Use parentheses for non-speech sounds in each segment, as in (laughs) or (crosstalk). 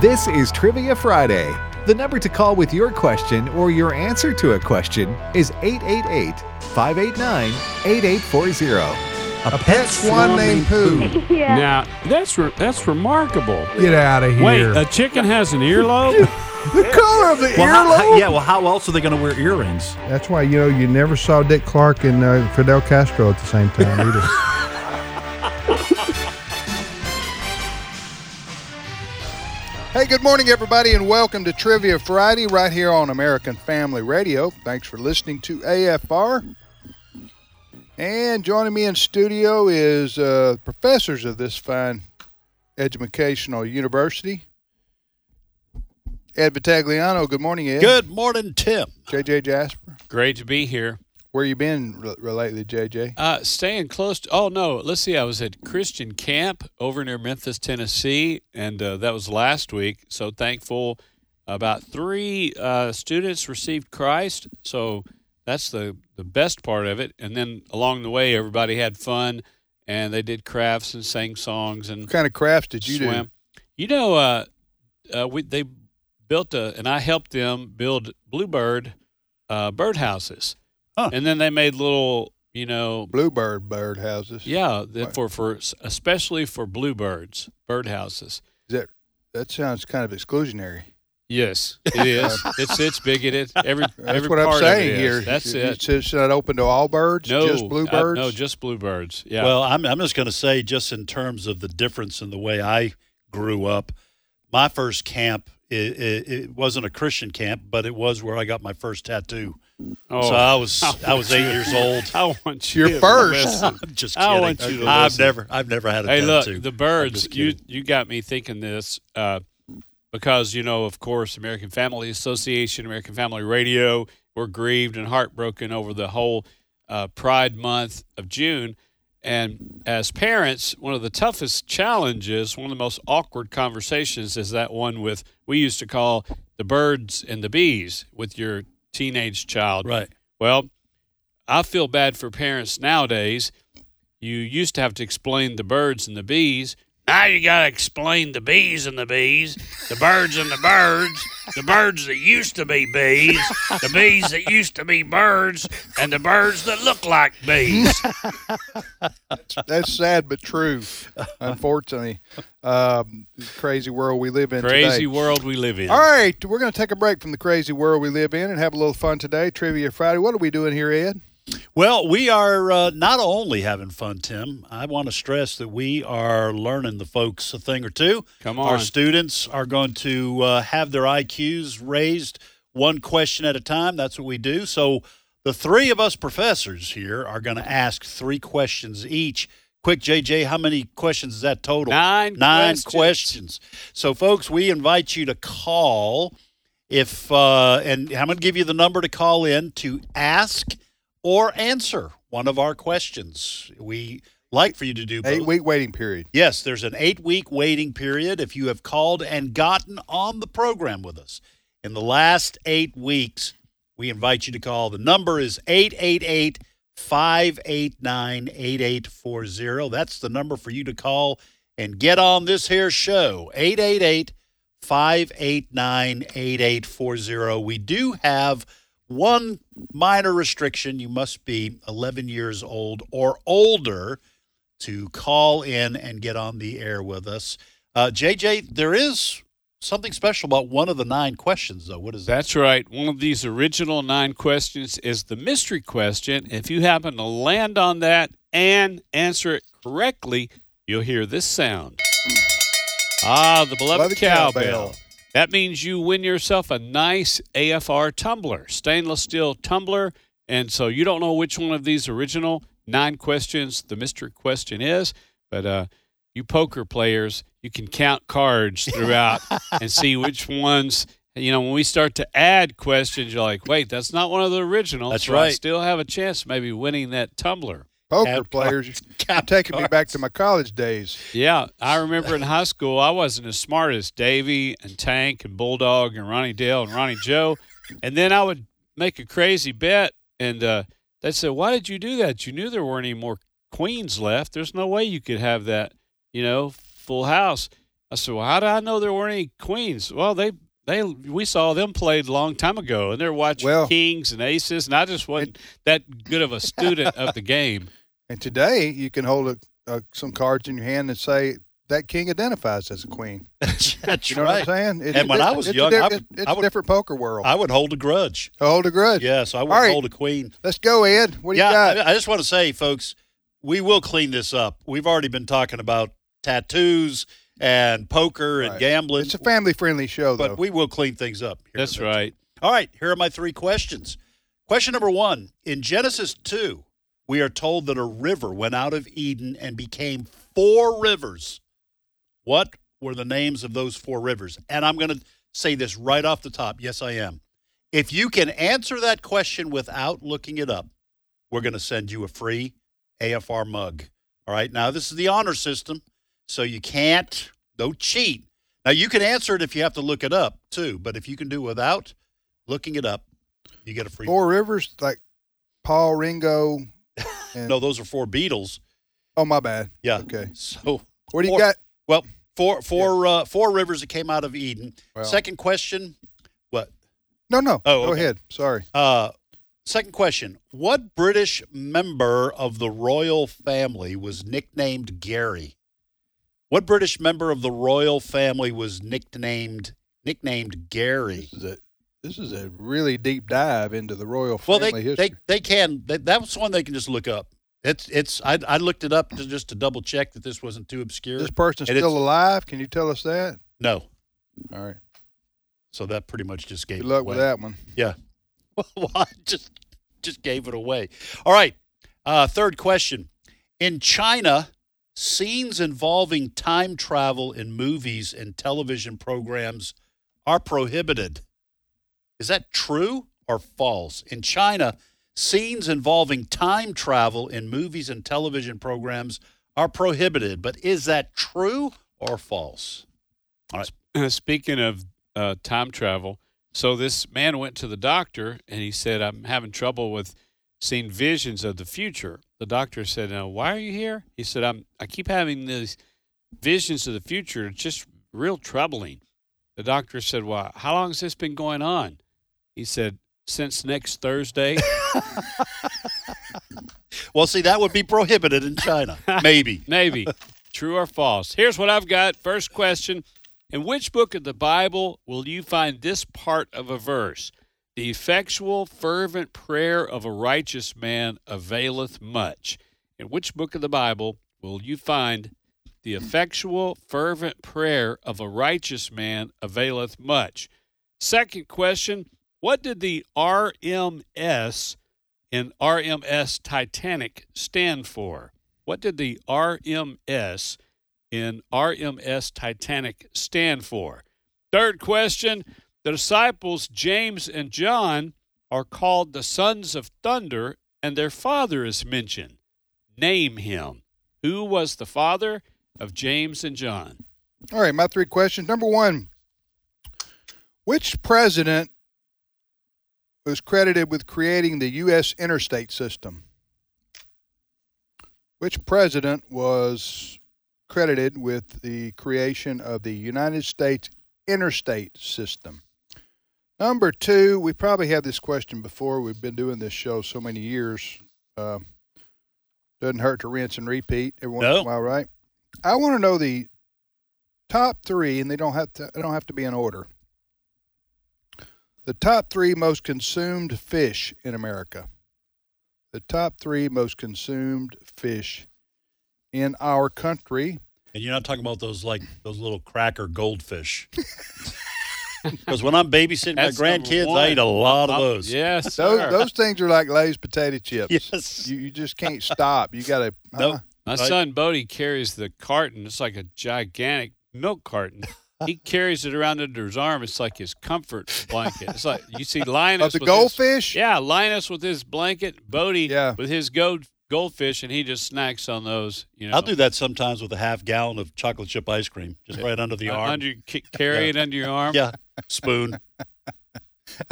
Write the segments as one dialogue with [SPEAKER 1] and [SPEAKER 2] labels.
[SPEAKER 1] This is Trivia Friday. The number to call with your question or your answer to a question is 888 589 8840.
[SPEAKER 2] A pet swan named Pooh.
[SPEAKER 3] Yeah.
[SPEAKER 4] Now that's re- that's remarkable.
[SPEAKER 2] Get out of here.
[SPEAKER 4] Wait, a chicken has an earlobe?
[SPEAKER 2] (laughs) the color of the
[SPEAKER 5] Well, how-
[SPEAKER 2] earlobe.
[SPEAKER 5] how- yeah, well, how else are they going to wear earrings?
[SPEAKER 6] That's why you know you never saw Dick Clark and uh, Fidel Castro at the same time either.
[SPEAKER 7] Hey, good morning, everybody, and welcome to Trivia Friday right here on American Family Radio. Thanks for listening to AFR. And joining me in studio is uh, professors of this fine educational university. Ed Vitagliano, good morning, Ed.
[SPEAKER 5] Good morning, Tim.
[SPEAKER 7] JJ Jasper,
[SPEAKER 4] Great to be here.
[SPEAKER 7] where you been re- re- lately, JJ?
[SPEAKER 4] Uh, staying close to, oh no, let's see, I was at Christian Camp over near Memphis, Tennessee, and uh, that was last week. So thankful. About three uh, students received Christ. So that's the, the best part of it. And then along the way, everybody had fun and they did crafts and sang songs and
[SPEAKER 7] What kind of crafts did you
[SPEAKER 4] swam. You know, uh, uh, we, they built a, and I helped them build bluebird uh, birdhouses,
[SPEAKER 5] Huh.
[SPEAKER 4] and then they made little, you know,
[SPEAKER 7] do? Bluebird bird houses.
[SPEAKER 4] yeah, the,
[SPEAKER 7] Right.
[SPEAKER 4] for for especially for bluebirds, birdhouses.
[SPEAKER 7] Is that, that sounds kind of exclusionary. (laughs)
[SPEAKER 4] Yes, it is. it's it's bigoted. Every
[SPEAKER 7] That's
[SPEAKER 4] every
[SPEAKER 7] what I'm
[SPEAKER 4] part of it
[SPEAKER 7] saying
[SPEAKER 4] is.
[SPEAKER 7] here.
[SPEAKER 4] That's
[SPEAKER 7] It's-
[SPEAKER 4] it.
[SPEAKER 7] It's not open to all birds,
[SPEAKER 4] No,
[SPEAKER 7] just
[SPEAKER 4] I-
[SPEAKER 7] bluebirds.
[SPEAKER 4] no, just bluebirds. Yeah.
[SPEAKER 5] Well, I'm, I'm just going to say, just in terms of the difference in the way I grew up, my first camp, it, it, it wasn't a Christian camp, but it was where I got my first tattoo.
[SPEAKER 4] oh,
[SPEAKER 5] So I
[SPEAKER 4] (laughs)
[SPEAKER 5] was I was eight years old.
[SPEAKER 4] I want you
[SPEAKER 7] Your
[SPEAKER 4] to
[SPEAKER 7] first.
[SPEAKER 4] listen.
[SPEAKER 5] I'm (laughs) just kidding.
[SPEAKER 4] I want you to
[SPEAKER 5] I've
[SPEAKER 4] listen.
[SPEAKER 5] never I've never had a
[SPEAKER 4] Hey, look,
[SPEAKER 5] tattoo.
[SPEAKER 4] the
[SPEAKER 5] I'm
[SPEAKER 4] birds.
[SPEAKER 5] just
[SPEAKER 4] You
[SPEAKER 5] kidding.
[SPEAKER 4] you got me thinking this uh, because you know, of course, American Family Association, American Family Radio, were grieved and heartbroken over the whole uh, Pride Month of June. And as parents, one of the toughest challenges, one of the most awkward conversations, is that one with we used to call the birds and the bees with your teenage child.
[SPEAKER 5] right.
[SPEAKER 4] Well, I feel bad for parents nowadays. You used to have to explain the birds and the bees. Now you got to explain the bees and the bees, the birds and the birds, the birds that used to be bees, the bees that used to be birds, and the birds that look like
[SPEAKER 8] (laughs)
[SPEAKER 4] bees.
[SPEAKER 7] That's sad but true. Unfortunately, um, crazy world we live in.
[SPEAKER 4] Crazy
[SPEAKER 7] today.
[SPEAKER 4] world we live in.
[SPEAKER 7] All right, we're going to take a break from the crazy world we live in and have a little fun today. Trivia Friday. What are we doing here, Ed?
[SPEAKER 5] Well, we are uh, not only having fun, Tim. I want to stress that we are learning the folks a thing or two.
[SPEAKER 4] Come
[SPEAKER 5] Our
[SPEAKER 4] on.
[SPEAKER 5] students are going to uh, have their IQs raised one question at a time. That's what we do. So the three of us professors here are going to ask three questions each. Quick, JJ, how many questions is that total?
[SPEAKER 4] Nine
[SPEAKER 5] Nine
[SPEAKER 4] questions.
[SPEAKER 5] questions. So, folks, we invite you to call if uh, and I'm going to give you the number to call in to ask or answer one of our questions. We like for you to do both.
[SPEAKER 7] Eight week waiting period.
[SPEAKER 5] Yes, there's an eight week waiting period if you have called and gotten on the program with us. In the last eight weeks, we invite you to call. The number is 888 589 8840. That's the number for you to call and get on this here show 888 589 8840. We do have one minor restriction you must be 11 years old or older to call in and get on the air with us. Uh, JJ, there is something special about one of the nine questions, though. What is that?
[SPEAKER 4] That's right. One of these original nine questions is the mystery question. If you happen to land on that and answer it correctly, you'll hear this sound. Ah, the beloved,
[SPEAKER 7] Beloved
[SPEAKER 4] cowbell.
[SPEAKER 7] cowbell.
[SPEAKER 4] That means you win yourself a nice AFR tumbler, stainless steel tumbler. And so you don't know which one of these original nine questions the mystery question is, but uh, you poker players, you can count cards throughout and see which ones. You know, when we start to add questions, you're like, wait, that's not one of the originals.
[SPEAKER 5] That's
[SPEAKER 4] so I
[SPEAKER 5] right.
[SPEAKER 4] still have a chance, of maybe winning that tumbler.
[SPEAKER 7] Poker
[SPEAKER 5] Count
[SPEAKER 7] players.
[SPEAKER 4] (laughs)
[SPEAKER 7] You're taking me back to my college days.
[SPEAKER 4] Yeah, I remember in high school, I wasn't as smart as Davy and Tank and Bulldog and Ronnie Dale and Ronnie Joe. And then I would make a crazy bet, and uh, they said, Why did you do that? You knew there weren't any more queens left. There's no way you could have that, you know, full house. I said, "Well, how do I know there weren't any queens?" Well, they they we saw them played a long time ago, and they're watching
[SPEAKER 7] Well-
[SPEAKER 4] kings and aces, and I just wasn't that good of a student of the game.
[SPEAKER 7] And today, you can hold a, a, some cards in your hand and say that king identifies as a queen.
[SPEAKER 5] (laughs) That's
[SPEAKER 7] You know
[SPEAKER 5] right.
[SPEAKER 7] what I'm saying? It-
[SPEAKER 5] And when
[SPEAKER 7] it's-
[SPEAKER 5] I was
[SPEAKER 7] it's a
[SPEAKER 5] young,
[SPEAKER 7] diff-
[SPEAKER 5] I would-
[SPEAKER 7] it's- it's
[SPEAKER 5] I would-
[SPEAKER 7] a different poker world.
[SPEAKER 5] I would hold a grudge.
[SPEAKER 7] hold a grudge.
[SPEAKER 5] Yes, I would
[SPEAKER 7] All right.
[SPEAKER 5] hold a queen.
[SPEAKER 7] Let's go, Ed. What do
[SPEAKER 5] yeah,
[SPEAKER 7] you got?
[SPEAKER 5] I I just want to say, folks, we will clean this up. We've already been talking about tattoos and poker and
[SPEAKER 7] Right.
[SPEAKER 5] gambling,
[SPEAKER 7] It's a family-friendly show, though.
[SPEAKER 5] but we will clean things up. here
[SPEAKER 4] That's
[SPEAKER 5] and there.
[SPEAKER 4] right.
[SPEAKER 5] All right, here are my three questions. Question number one In Genesis 2, we are told that a river went out of Eden and became four rivers. What were the names of those four rivers? And I'm going to say this right off the top. Yes, I am. If you can answer that question without looking it up, we're going to send you a free AFR mug. All right. Now, this is the honor system, so you can't, don't cheat. Now, you can answer it if you have to look it up, too, but if you can do without looking it up, you get a free
[SPEAKER 7] Four Rivers, like Paul
[SPEAKER 5] (laughs)
[SPEAKER 7] Ringo. And,
[SPEAKER 5] No, those are four Beatles.
[SPEAKER 7] Oh, my bad.
[SPEAKER 5] Yeah.
[SPEAKER 7] Okay.
[SPEAKER 5] So,
[SPEAKER 7] What do you
[SPEAKER 5] Four-
[SPEAKER 7] got?
[SPEAKER 5] well, four, four, uh, four rivers that came out of Eden.
[SPEAKER 7] Well-
[SPEAKER 5] Second question. What?
[SPEAKER 7] No, no.
[SPEAKER 5] Oh,
[SPEAKER 7] go
[SPEAKER 5] okay.
[SPEAKER 7] ahead. Sorry.
[SPEAKER 5] Uh, second question. What British member of the royal family was nicknamed Gary? What British member of the royal family was nicknamed nicknamed Gary?
[SPEAKER 7] This is a this is a really deep dive into the royal
[SPEAKER 5] Well,
[SPEAKER 7] family
[SPEAKER 5] they
[SPEAKER 7] history.
[SPEAKER 5] they they can. They, that's one they can just look up. It's it's. I, I looked it up to, just to double check that this wasn't too obscure.
[SPEAKER 7] this person's
[SPEAKER 5] and it's-
[SPEAKER 7] still alive. Can you tell us
[SPEAKER 5] (laughs)
[SPEAKER 7] that?
[SPEAKER 5] No,
[SPEAKER 7] All right.
[SPEAKER 5] so that pretty much just gave.
[SPEAKER 7] Good
[SPEAKER 5] it
[SPEAKER 7] luck with
[SPEAKER 5] away.
[SPEAKER 7] that one.
[SPEAKER 5] Yeah. well, I just just gave it away. All right. Uh, third question. In China, scenes involving time travel in movies and television programs are prohibited. Is that true or false? In China, scenes involving time travel in movies and television programs are prohibited, but is that true or false?
[SPEAKER 4] (clears throat) Speaking of uh, time travel, so this man went to the doctor and he said, "I'm having trouble with seeing visions of the future." The doctor said, now, "Why are you here?" He said, "I'm. I keep having these visions of the future. It's just real troubling." The doctor said, "Well, how long has this been going on?" He said, "Since next Thursday."
[SPEAKER 5] (laughs)
[SPEAKER 4] (laughs)
[SPEAKER 5] Well, see, that would be prohibited
[SPEAKER 4] (laughs)
[SPEAKER 5] in China. Maybe.
[SPEAKER 4] Maybe. True or false? Here's what I've got. First question In which book of the Bible will you find this part of a verse? The effectual, fervent prayer of a righteous man availeth much. In which book of the Bible will you find the effectual, fervent prayer of a righteous man availeth much? Second question What did the RMS in RMS Titanic stand for? What did the RMS in RMS Titanic stand for? Third question The disciples James and John are called the sons of thunder, and their father is mentioned. Name him. Who was the father of James and John?
[SPEAKER 7] All right, my three questions. Number one, which president was credited with creating the U.S. interstate system? Which president was credited with the creation of the United States interstate system? Number two, we probably had this question before. We've been doing this show so many years. Uh, doesn't hurt to rinse and repeat every once in
[SPEAKER 5] No.
[SPEAKER 7] a while, right? I want to know the top three, and they don't have to. They don't have to be in order. The top three most consumed fish in America. The top three most consumed fish in our country.
[SPEAKER 5] And you're not talking about those like those little cracker goldfish. (laughs) Because when I'm babysitting
[SPEAKER 4] That's
[SPEAKER 5] my
[SPEAKER 4] number
[SPEAKER 5] grandkids,
[SPEAKER 4] one.
[SPEAKER 5] I eat a lot
[SPEAKER 4] Uh,
[SPEAKER 5] of those.
[SPEAKER 4] Yes.
[SPEAKER 7] Those,
[SPEAKER 4] sir.
[SPEAKER 7] those things are like Lay's potato chips.
[SPEAKER 5] (laughs) Yes.
[SPEAKER 7] You, you just can't stop. You got to.
[SPEAKER 5] Nope.
[SPEAKER 4] My
[SPEAKER 5] Right.
[SPEAKER 4] son Bodie carries the carton. It's like a gigantic milk carton.
[SPEAKER 7] (laughs)
[SPEAKER 4] He carries it around under his arm. It's like his comfort blanket. It's like
[SPEAKER 7] (laughs)
[SPEAKER 4] you see Linus
[SPEAKER 7] Of the
[SPEAKER 4] with his-
[SPEAKER 7] goldfish?
[SPEAKER 4] yeah, Linus with his blanket, Bodie
[SPEAKER 7] Yeah.
[SPEAKER 4] with his gold goldfish, and he just snacks on those. You know,
[SPEAKER 5] I'll do that sometimes with a half gallon of chocolate chip ice cream, just right under the
[SPEAKER 4] Uh,
[SPEAKER 5] arm.
[SPEAKER 4] Under, ca- carry it under your
[SPEAKER 7] (laughs)
[SPEAKER 4] arm.
[SPEAKER 5] yeah, spoon. (laughs)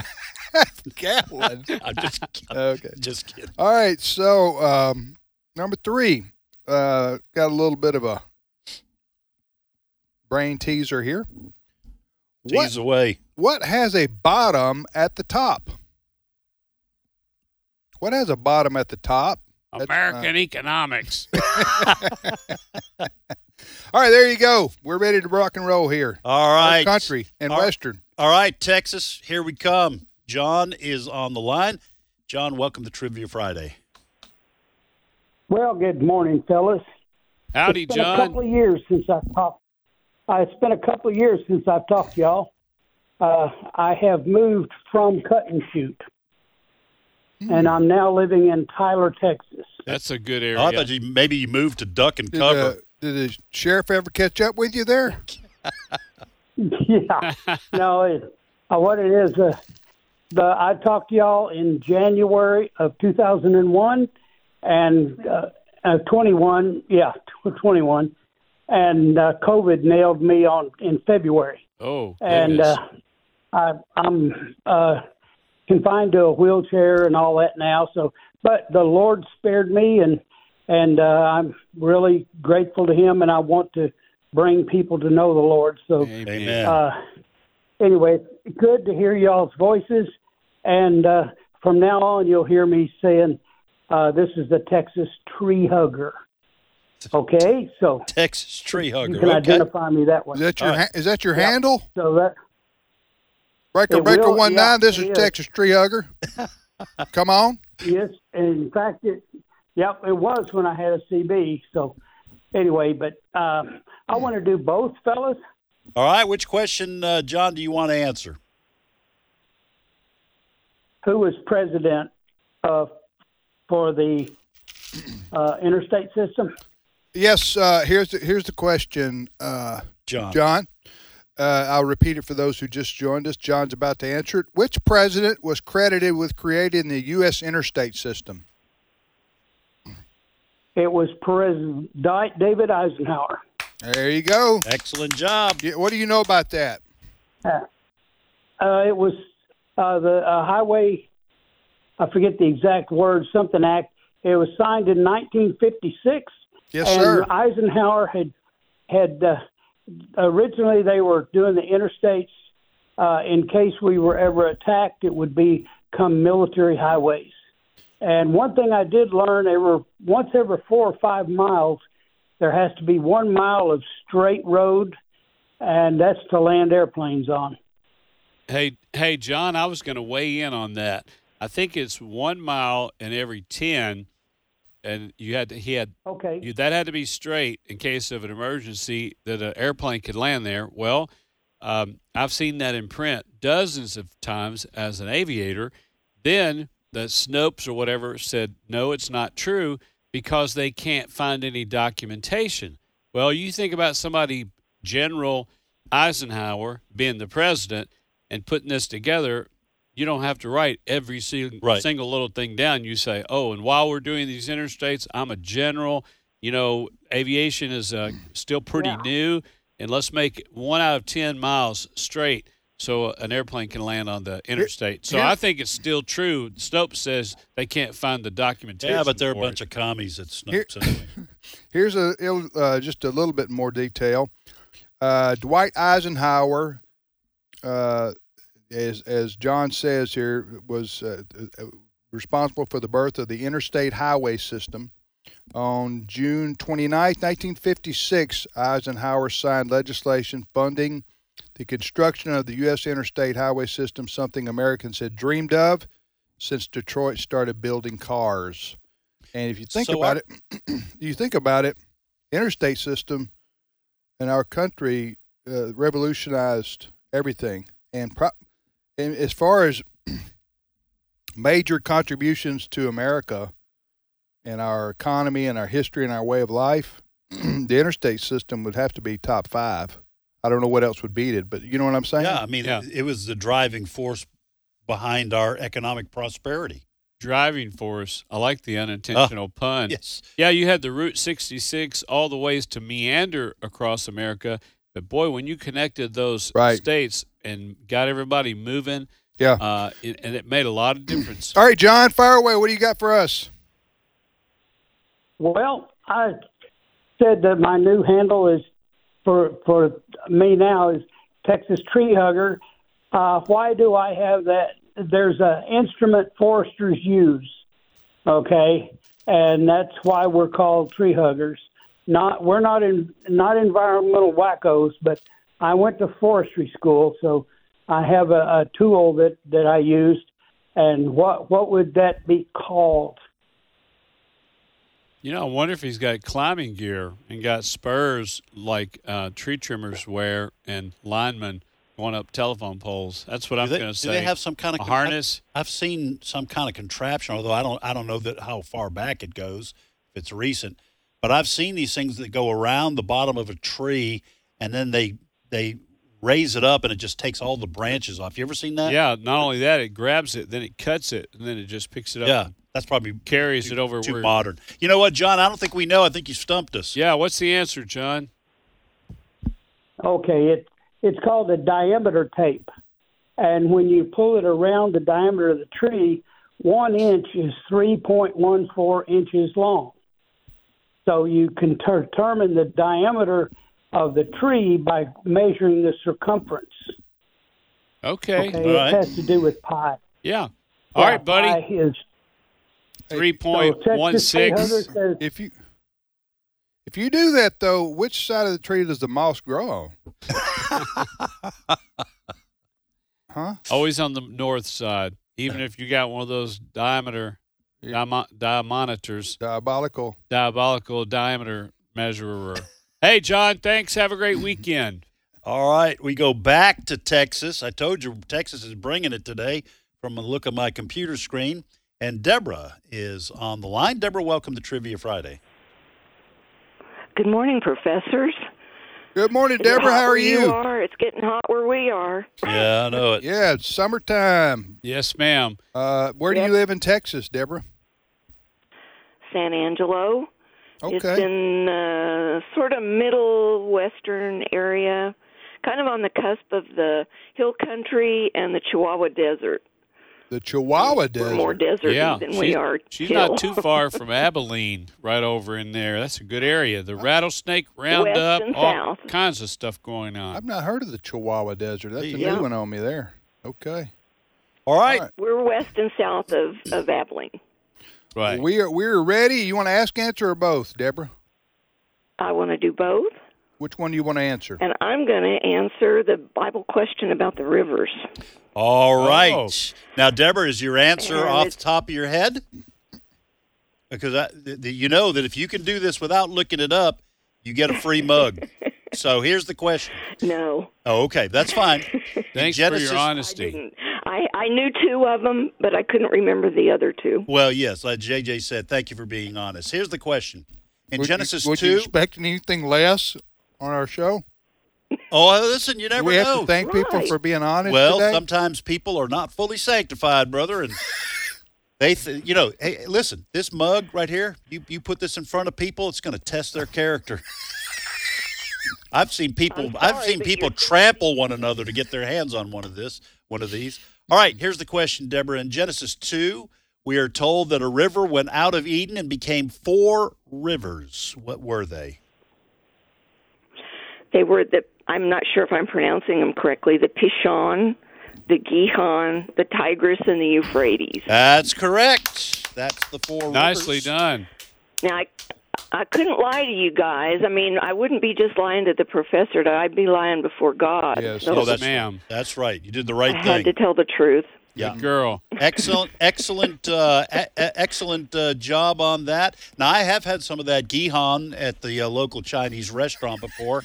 [SPEAKER 7] Gallon.
[SPEAKER 5] I'm
[SPEAKER 7] (laughs)
[SPEAKER 5] just, I'm
[SPEAKER 7] okay.
[SPEAKER 5] just kidding.
[SPEAKER 7] All right. So um, number three, uh, got a little bit of a brain teaser here.
[SPEAKER 5] Tease away.
[SPEAKER 7] What has a bottom at the top? What has a bottom at the top? That's-
[SPEAKER 8] (laughs)
[SPEAKER 4] American economics.
[SPEAKER 7] All right, there you go. We're ready to rock and roll here.
[SPEAKER 5] All right.
[SPEAKER 7] Country and
[SPEAKER 5] All right.
[SPEAKER 7] western.
[SPEAKER 5] All right, Texas, here we come. John is on the line. John, welcome to Trivia Friday.
[SPEAKER 3] Well, good morning, fellas.
[SPEAKER 4] Howdy,
[SPEAKER 3] it's been a couple of
[SPEAKER 4] John.
[SPEAKER 3] years since I've talked. Uh, it's been a couple of years since I've talked to y'all. Uh, I have moved from Cut and Shoot,
[SPEAKER 4] Hmm.
[SPEAKER 3] and I'm now living in Tyler, Texas. (laughs)
[SPEAKER 4] That's a good
[SPEAKER 5] Oh, I thought
[SPEAKER 4] area.
[SPEAKER 5] you, maybe you moved to duck and
[SPEAKER 7] Did,
[SPEAKER 5] cover.
[SPEAKER 7] uh, did the sheriff ever catch up with you there?
[SPEAKER 4] (laughs)
[SPEAKER 3] yeah, no, it, uh, what it is, uh, the I talked to y'all in January of 2001 and uh, uh, 21. Yeah, 21. And uh, COVID nailed me on in February.
[SPEAKER 4] Oh,
[SPEAKER 3] and
[SPEAKER 4] goodness.
[SPEAKER 3] uh, I, I'm uh, confined to a wheelchair and all that now. So, but the Lord spared me, and and uh, I'm really grateful to Him, and I want to bring people to know the Lord. So,
[SPEAKER 5] Amen.
[SPEAKER 3] uh, anyway, good to hear y'all's voices, and uh, from now on, you'll hear me saying, uh, "This is the Texas tree hugger." Okay, so
[SPEAKER 5] Texas tree
[SPEAKER 3] you
[SPEAKER 5] hugger.
[SPEAKER 3] can
[SPEAKER 5] Okay.
[SPEAKER 3] identify me that way.
[SPEAKER 7] Is that your
[SPEAKER 5] All right.
[SPEAKER 7] ha- is that your
[SPEAKER 3] Yeah.
[SPEAKER 7] handle?
[SPEAKER 3] So that
[SPEAKER 7] Breaker
[SPEAKER 3] It
[SPEAKER 7] Breaker
[SPEAKER 3] will,
[SPEAKER 7] one
[SPEAKER 3] yeah,
[SPEAKER 7] nine. This
[SPEAKER 3] it
[SPEAKER 7] is
[SPEAKER 3] is.
[SPEAKER 7] Texas Tree
[SPEAKER 5] (laughs)
[SPEAKER 7] Hugger. Come on.
[SPEAKER 3] Yes, and in fact, it, yep, it was when I had a CB. So anyway, but um, I want to do both, fellas.
[SPEAKER 5] All right, which question, uh, John, do you want to answer?
[SPEAKER 3] Who was president uh, for the uh, interstate system?
[SPEAKER 7] Yes. Uh, here's the, here's the question, uh,
[SPEAKER 5] John.
[SPEAKER 7] John. Uh, I'll repeat it for those who just joined us. John's about to answer it. Which president was credited with creating the U.S. interstate system?
[SPEAKER 3] It was President Di- David Eisenhower.
[SPEAKER 7] There you go.
[SPEAKER 5] Excellent job.
[SPEAKER 7] Yeah, what do you know about that?
[SPEAKER 3] Uh, it was uh, the uh, highway. I forget the exact word. Something act. It was signed in 1956.
[SPEAKER 7] Yes,
[SPEAKER 3] and
[SPEAKER 7] sir.
[SPEAKER 3] Eisenhower had had uh, originally they were doing the interstates uh, in case we were ever attacked. It would become military highways. And one thing I did learn: every once every four or five miles, there has to be one mile of straight road, and that's to land airplanes on.
[SPEAKER 4] Hey, hey, John, I was going to weigh in on that. I think it's one mile in every ten, and you had to, he had
[SPEAKER 3] Okay.
[SPEAKER 4] you, that had to be straight in case of an emergency that an airplane could land there. Well, um, I've seen that in print dozens of times as an aviator. Then the Snopes or whatever said, no, it's not true because they can't find any documentation. Well, you think about somebody, General Eisenhower, being the president and putting this together. You don't have to write every sing-
[SPEAKER 5] Right.
[SPEAKER 4] single little thing down. You say, oh, and while we're doing these interstates, I'm a general. You know, aviation is uh, still pretty new, and let's make one out of 10 miles straight so an airplane can land on the interstate. So I think it's still true. Snopes says they can't find the documentation.
[SPEAKER 5] Yeah, but they're a
[SPEAKER 4] for it.
[SPEAKER 5] bunch of commies at
[SPEAKER 7] Here-
[SPEAKER 5] Snopes anyway.
[SPEAKER 7] (laughs) Here's a ill- uh, just a little bit more detail. Uh, Dwight Eisenhower, uh, as as John says here, was uh, uh, responsible for the birth of the interstate highway system. On June 29, 1956, Eisenhower signed legislation funding the construction of the U.S. interstate highway system, something Americans had dreamed of since Detroit started building cars. And if you think
[SPEAKER 5] So
[SPEAKER 7] about
[SPEAKER 5] I-
[SPEAKER 7] it, (clears throat) you think about it, interstate system in our country uh, revolutionized everything. And, pro- and as far as major contributions to America and our economy and our history and our way of life, (clears throat) the interstate system would have to be top five. I don't know what else would beat it, but you know what I'm saying?
[SPEAKER 5] Yeah, I mean,
[SPEAKER 4] Yeah.
[SPEAKER 5] It, it was the driving force behind our economic prosperity.
[SPEAKER 4] driving force. I like the unintentional pun.
[SPEAKER 5] Oh, Yes.
[SPEAKER 4] Yeah, you had the Route 66 all the ways to meander across America. But boy, when you connected those
[SPEAKER 7] Right.
[SPEAKER 4] states and got everybody moving,
[SPEAKER 7] Yeah.
[SPEAKER 4] uh, it, and it made a lot of difference.
[SPEAKER 7] All right, John, fire away. What do you got for us?
[SPEAKER 3] Well, I said that my new handle is for for me now is Texas tree hugger. Uh, why do I have that? There's a instrument foresters use, okay, and that's why we're called tree huggers. Not we're not in not environmental wackos, but I went to forestry school, so I have a, a tool that that I used. And what what would that be called?
[SPEAKER 4] You know, I wonder if he's got climbing gear and got spurs like uh, tree trimmers wear and linemen going up telephone poles. That's what I'm
[SPEAKER 5] do they,
[SPEAKER 4] going to
[SPEAKER 5] do
[SPEAKER 4] say.
[SPEAKER 5] they have some kind of
[SPEAKER 4] a harness?
[SPEAKER 5] I've, I've seen some kind of contraption, although I don't I don't know that how far back it goes. If it's recent, but I've seen these things that go around the bottom of a tree and then they they raise it up and it just takes all the branches off. You ever seen that?
[SPEAKER 4] Yeah. Not only that, it grabs it, then it cuts it, and then it just picks it up.
[SPEAKER 5] yeah.
[SPEAKER 4] and
[SPEAKER 5] That's probably
[SPEAKER 4] Carries it over
[SPEAKER 5] too
[SPEAKER 4] where.
[SPEAKER 5] modern. You know what, John? I don't think we know. I think you stumped us.
[SPEAKER 4] Yeah. What's the answer, John?
[SPEAKER 3] Okay, it it's called a diameter tape, and when you pull it around the diameter of the tree, one inch is three point one four inches long. So you can ter- determine the diameter of the tree by measuring the circumference.
[SPEAKER 4] Okay.
[SPEAKER 3] Okay,
[SPEAKER 5] all
[SPEAKER 3] it
[SPEAKER 5] right.
[SPEAKER 3] has to do with pi.
[SPEAKER 4] Yeah. All right,
[SPEAKER 3] Yeah,
[SPEAKER 4] buddy.
[SPEAKER 3] Pi is
[SPEAKER 4] Three
[SPEAKER 3] so
[SPEAKER 4] point one
[SPEAKER 3] Texas
[SPEAKER 4] six.
[SPEAKER 3] 300 says
[SPEAKER 7] If you if you do that though, which side of the tree does the moss grow on? huh?
[SPEAKER 4] Always on the north side. Even if you got one of those diameter
[SPEAKER 7] Yeah.
[SPEAKER 4] diamo- diamonitors,
[SPEAKER 7] Diabolical.
[SPEAKER 4] diabolical diameter measurer. hey, John. Thanks. Have a great weekend.
[SPEAKER 5] All right, we go back to Texas. I told you Texas is bringing it today from a look at my computer screen. And Deborah is on the line. Deborah, welcome to Trivia Friday.
[SPEAKER 9] Good morning, professors.
[SPEAKER 7] Good morning, Deborah.
[SPEAKER 9] Hot
[SPEAKER 7] How
[SPEAKER 9] where
[SPEAKER 7] are you?
[SPEAKER 9] are. It's getting hot where we are.
[SPEAKER 5] Yeah, I know it.
[SPEAKER 7] Yeah, it's summertime.
[SPEAKER 4] Yes, ma'am.
[SPEAKER 7] Uh, where do you live in Texas, Deborah?
[SPEAKER 9] San Angelo. It's
[SPEAKER 7] Okay.
[SPEAKER 9] in uh, sort of middle western area, kind of on the cusp of the hill country and the Chihuahua Desert.
[SPEAKER 7] The Chihuahua
[SPEAKER 9] We're more
[SPEAKER 7] Desert.
[SPEAKER 9] desert
[SPEAKER 4] yeah.
[SPEAKER 9] than
[SPEAKER 4] she-
[SPEAKER 9] we are.
[SPEAKER 4] she's
[SPEAKER 9] hill. (laughs)
[SPEAKER 4] not too far from Abilene, right over in there. That's a good area. The rattlesnake
[SPEAKER 9] West
[SPEAKER 4] roundup,
[SPEAKER 9] and
[SPEAKER 4] all
[SPEAKER 9] south.
[SPEAKER 4] kinds of stuff going on.
[SPEAKER 7] I've not heard of the Chihuahua Desert. That's a
[SPEAKER 9] Yeah.
[SPEAKER 7] new one on me there. Okay.
[SPEAKER 5] All right.
[SPEAKER 7] All right.
[SPEAKER 9] We're west and south of, of Abilene.
[SPEAKER 4] Right.
[SPEAKER 7] We are we're ready. You want to ask, answer, or both, Deborah?
[SPEAKER 9] I want to do both,
[SPEAKER 7] Which one do you want to answer?
[SPEAKER 9] and I'm going to answer the Bible question about the rivers.
[SPEAKER 5] All right.
[SPEAKER 4] Oh.
[SPEAKER 5] Now, Deborah, is your answer
[SPEAKER 9] And
[SPEAKER 5] off
[SPEAKER 9] it's-
[SPEAKER 5] the top of your head? Because I, th- th- you know that if you can do this without looking it up, you get a
[SPEAKER 9] (laughs)
[SPEAKER 5] free mug. So here's the question.
[SPEAKER 9] No,
[SPEAKER 5] Oh, okay.
[SPEAKER 9] (laughs)
[SPEAKER 5] That's fine. In
[SPEAKER 4] Thanks
[SPEAKER 5] Genesis-
[SPEAKER 4] for your honesty.
[SPEAKER 9] I didn't. I, I knew two of them, but I couldn't remember the other two.
[SPEAKER 5] Well, yes, like JJ said, thank you for being honest. Here's the question. In
[SPEAKER 7] Would you-
[SPEAKER 5] Genesis
[SPEAKER 7] would
[SPEAKER 5] 2,
[SPEAKER 7] you expect anything less on our show?
[SPEAKER 5] oh, listen, you never
[SPEAKER 7] we have
[SPEAKER 5] know.
[SPEAKER 7] to thank people
[SPEAKER 9] Right.
[SPEAKER 7] for being honest
[SPEAKER 5] well,
[SPEAKER 7] today.
[SPEAKER 5] sometimes people are not fully sanctified,
[SPEAKER 7] (laughs)
[SPEAKER 5] brother, and they, th- you know, hey, listen, this mug right here, you, you put this in front of people, it's going to test their character. (laughs) I've seen people,
[SPEAKER 9] I'm
[SPEAKER 5] I've
[SPEAKER 9] sorry,
[SPEAKER 5] seen
[SPEAKER 9] but
[SPEAKER 5] people
[SPEAKER 9] you're-
[SPEAKER 5] trample one another to get their hands on one of this, one of these. All right, here's the question, Deborah. In Genesis two, we are told that a river went out of Eden and became four rivers. What were they?
[SPEAKER 9] They were the, I'm not sure if I'm pronouncing them correctly, the Pishon, the Gihon, the Tigris, and the Euphrates.
[SPEAKER 5] That's correct. That's the four.
[SPEAKER 4] Nicely
[SPEAKER 5] rivers.
[SPEAKER 4] done.
[SPEAKER 9] Now, I, I couldn't lie to you guys. I mean, I wouldn't be just lying to the professor. I'd be lying before God.
[SPEAKER 7] Yes,
[SPEAKER 9] So
[SPEAKER 5] Oh,
[SPEAKER 4] Yes,
[SPEAKER 5] that's
[SPEAKER 4] ma'am.
[SPEAKER 5] That's right. You did the
[SPEAKER 9] I
[SPEAKER 5] right
[SPEAKER 9] had
[SPEAKER 5] thing.
[SPEAKER 9] to tell the truth.
[SPEAKER 5] Yeah.
[SPEAKER 4] Good girl.
[SPEAKER 5] excellent, excellent, uh, e- e- excellent uh, job on that. Now I have had some of that gihan at the uh, local Chinese restaurant before.